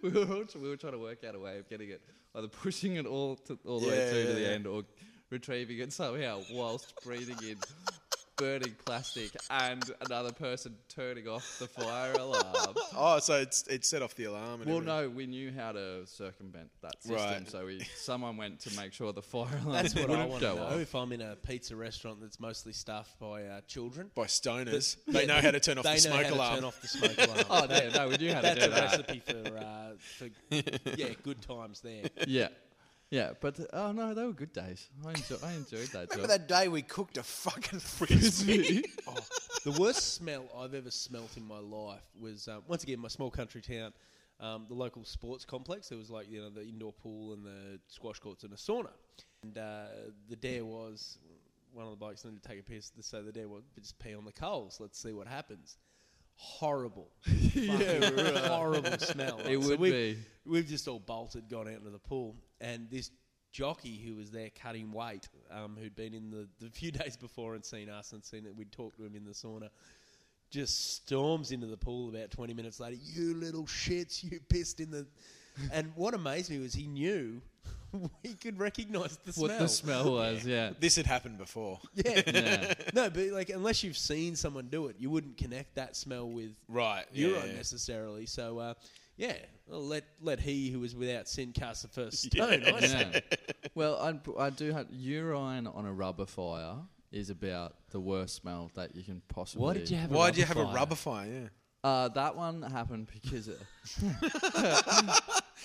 we were all, we were trying to work out a way of getting it either pushing it all to, all the way
Yeah,
through
yeah,
to the
yeah.
end or retrieving it somehow whilst breathing in burning plastic and another person turning off the fire alarm.
oh, so it's it set off the alarm. And
Well,
everything.
no, we knew how to circumvent that system,
Right.
so we someone went to make sure the fire alarm
That's what I
wouldn't
want to
go
know.
off.
If I'm in a pizza restaurant that's mostly staffed by uh, children,
By stoners,
But-
they
yeah,
know how to turn off
they
the
know
smoke
how
alarm.
To turn off the smoke alarm.
Oh no, no, we knew how to
that's
do
a
that.
recipe for, uh, for yeah, good times there.
Yeah, yeah, but oh no, they were good days. I enjoyed, I enjoyed that job.
Remember that day we cooked a fucking frisbee?
The worst smell I've ever smelt in my life was um, once again my small country town, um, the local sports complex. There was like you know the indoor pool and the squash courts and a sauna. And uh, the dare was one of the bikes needed to take a piss. So the dare was just pee on the coals. Let's see what happens. Horrible, Fucking horrible smell. right?
It
So
would
we-
be.
We've just all bolted, gone out into the pool, and this jockey who was there cutting weight, um, who'd been in the, the few days before and seen us and seen that we'd talked to him in the sauna, just storms into the pool about 20 minutes later. You little shits, you pissed in the. And what amazed me was he knew we could recognise the smell.
what the smell was. Yeah.
this had happened before.
Yeah.
Yeah.
no, but like unless you've seen someone do it, you wouldn't connect that smell with
Right.
Euro
yeah.
necessarily. So uh, yeah, well, let let he who is without sin cast the first stone. I say.
yeah. Well, I, I do have urine on a rubber fire is about the worst smell that you can possibly.
Why did you have?
Why
a
do you have a
fire?
rubber fire? Yeah.
Uh, that one happened because uh,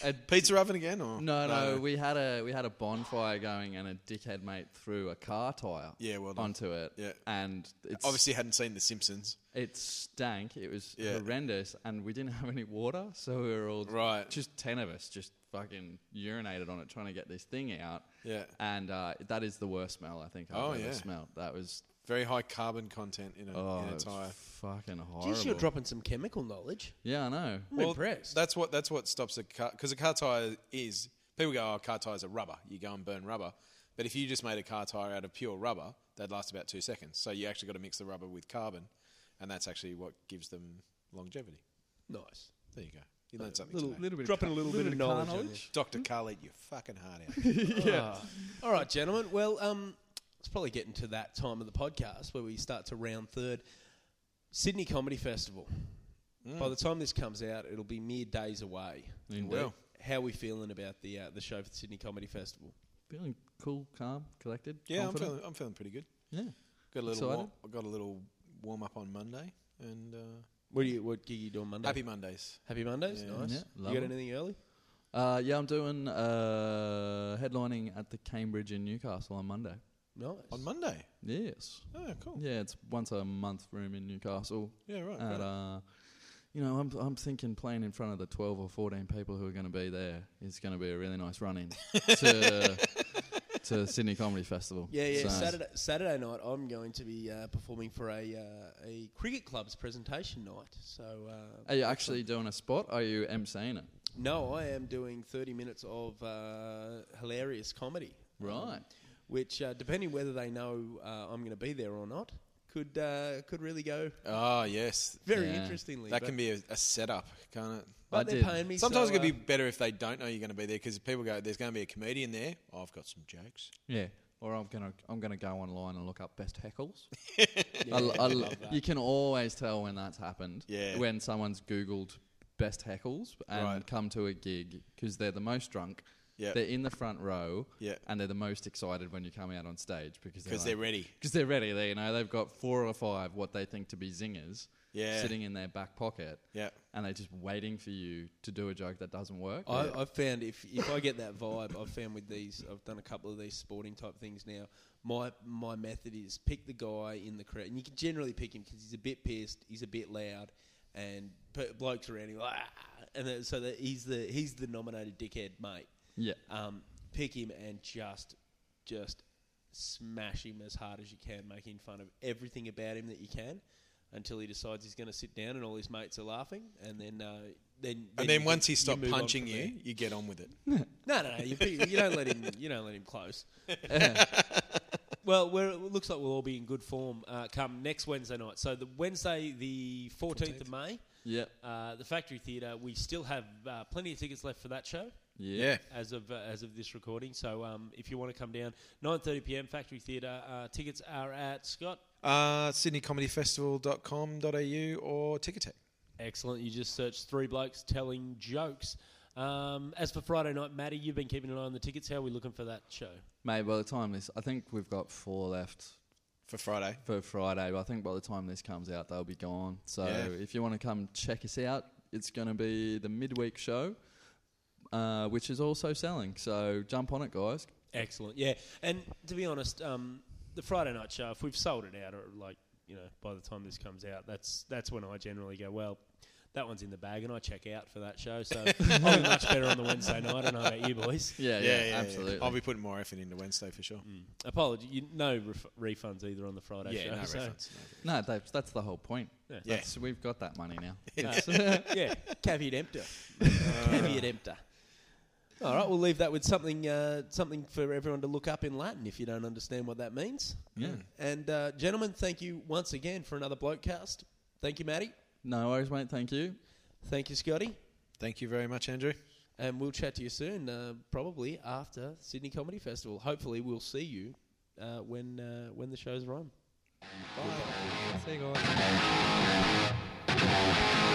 a
Pizza oven again, or
No, no, we had a we had a bonfire going, and a dickhead mate threw a car tire.
Yeah, well done.
onto it.
Yeah.
and it's obviously
Obviously, hadn't seen The Simpsons.
it stank. It was
Yeah.
horrendous, and we didn't have any water, so we were all
Right.
Just ten of us just fucking urinated on it, trying to get this thing out.
Yeah.
and uh, that is the worst smell I think I've
Oh,
ever
yeah.
smelled. That was
Very high carbon content in a,
oh,
in
it
a
was
tire.
fucking horrible.
Geez, you're dropping some chemical knowledge.
yeah, I know.
I'm impressed.
That's what that's what stops a car because a car tire is people go, oh, car tires are rubber. You go and burn rubber, but if you just made a car tire out of pure rubber, that'd last about two seconds. So you actually got to mix the rubber with carbon, and that's actually what gives them longevity.
nice.
There you go. You learned something
Little,
today.
little bit
Dropping
of
a little bit of knowledge on you.
Doctor Carl, eat your fucking heart out.
Yeah. Ah. all right, gentlemen. Well, um, it's probably getting to that time of the podcast where we start to round third. Sydney Comedy Festival.
Mm.
By the time this comes out, it'll be mere days away.
Indeed.
Hmm. Well.
How are we feeling about the uh, the show for the Sydney Comedy Festival?
Feeling cool, calm, collected.
yeah, I'm
confident.
feeling I'm feeling pretty good.
Yeah.
Got a little warm,
Excited?
I got a little warm up on Monday, and uh,
What do you what gig you doing Monday?
happy Mondays.
Happy Mondays,
Yeah.
nice.
Yeah,
you
lovely.
got anything early?
Uh, yeah, I'm doing uh, headlining at the Cambridge in Newcastle on Monday.
Nice.
On Monday.
Yes.
Oh, cool.
Yeah, it's once a month room in Newcastle.
Yeah, right.
and,
right.
uh, you know, I'm, I'm thinking playing in front of the 12 or 14 people who are going to be there is going to be a really nice run in to, to Sydney Comedy Festival.
yeah, yeah.
So-
Saturday Saturday night, I'm going to be uh, performing for a uh, a cricket club's presentation night. So uh,
Are you actually doing a spot? Are you emceeing it?
No, I am doing 30 minutes of uh, hilarious comedy.
Right.
which, uh, depending whether they know uh, I'm going to be there or not, could uh, could really go
oh, yes.
very
Yeah.
interestingly.
That
but,
can be a, a setup, can't it?
but
I
they're
did.
paying me.
Sometimes
so,
it could be
uh,
better if they don't know you're going to be there because people go, "There's going to be a comedian there. Oh, I've got some jokes."
Yeah. Or I'm gonna I'm gonna go online and look up best heckles.
uh, yeah,
I l- I l-
love that.
you can always tell when that's happened.
Yeah.
When someone's Googled best heckles and
Right.
come to a gig because they're the most drunk.
Yeah.
They're in the front row.
Yeah.
And they're the most excited when you come out on stage because they're
Because they're ready.
because they're ready. They you know they've got four or five what they think to be zingers.
Yeah.
Sitting in their back pocket.
Yeah.
And they're just waiting for you to do a joke that doesn't work.
I, I've found if, if I get that vibe, I've found with these, I've done a couple of these sporting type things now. My my method is pick the guy in the crowd, and you can generally pick him because he's a bit pissed, he's a bit loud, and p- blokes around him, "Ah," and then, so that he's the he's the nominated dickhead mate.
yeah.
Um, pick him and just just smash him as hard as you can, making fun of everything about him that you can. Until he decides he's going to sit down and all his mates are laughing, and then uh, then
And then
you-
once he
you
stops
move on
punching
from
you,
there.
you get on with it.
No, no, no. You, you don't let him. You don't let him close. well, we're, it looks like we'll all be in good form uh, come next Wednesday night. So the Wednesday, the fourteenth of May,
Yeah.
uh, the Factory Theatre. We still have uh, plenty of tickets left for that show
Yeah.
as of uh, as of this recording. So um, if you want to come down, nine thirty p.m. Factory Theatre. Uh, tickets are at Scott.
Uh, SydneyComedyFestival.com.au or Ticketek.
Excellent. You just searched three blokes telling jokes. Um, as for Friday night, Maddie, you've been keeping an eye on the tickets. How are we looking for that show?
Mate, by the time this, I think we've got four left
for Friday.
for Friday, but I think by the time this comes out, they'll be gone. So
Yeah.
if you want to come check us out, it's going to be the midweek show, uh, which is also selling. So jump on it, guys.
Excellent, yeah. And to be honest, um, the Friday night show, if we've sold it out, or like you know, by the time this comes out, that's that's when I generally go well. That one's in the bag, and I check out for that show. So I'll be much better on the Wednesday night. I don't know about you boys.
Yeah, yeah, absolutely.
I'll be putting more effort into Wednesday for sure.
Mm. Apology, you, no ref- refunds either on the Friday
Yeah,
show.
no
so-
reference.
No, that's, that's the whole point.
Yeah.
Yeah.
That's, we've got that money now.
yeah, caveat emptor.
Uh.
caveat emptor. All right, we'll leave that with something uh, something for everyone to look up in Latin if you don't understand what that means.
Yeah.
And uh, gentlemen, thank you once again for another blokecast. Thank you, Matty.
No worries, mate. Thank you.
Thank you, Scotty.
Thank you very much, Andrew.
And we'll chat to you soon, uh, probably after Sydney Comedy Festival. Hopefully, we'll see you uh, when uh, when the shows are on.
Bye. See you guys.
Bye.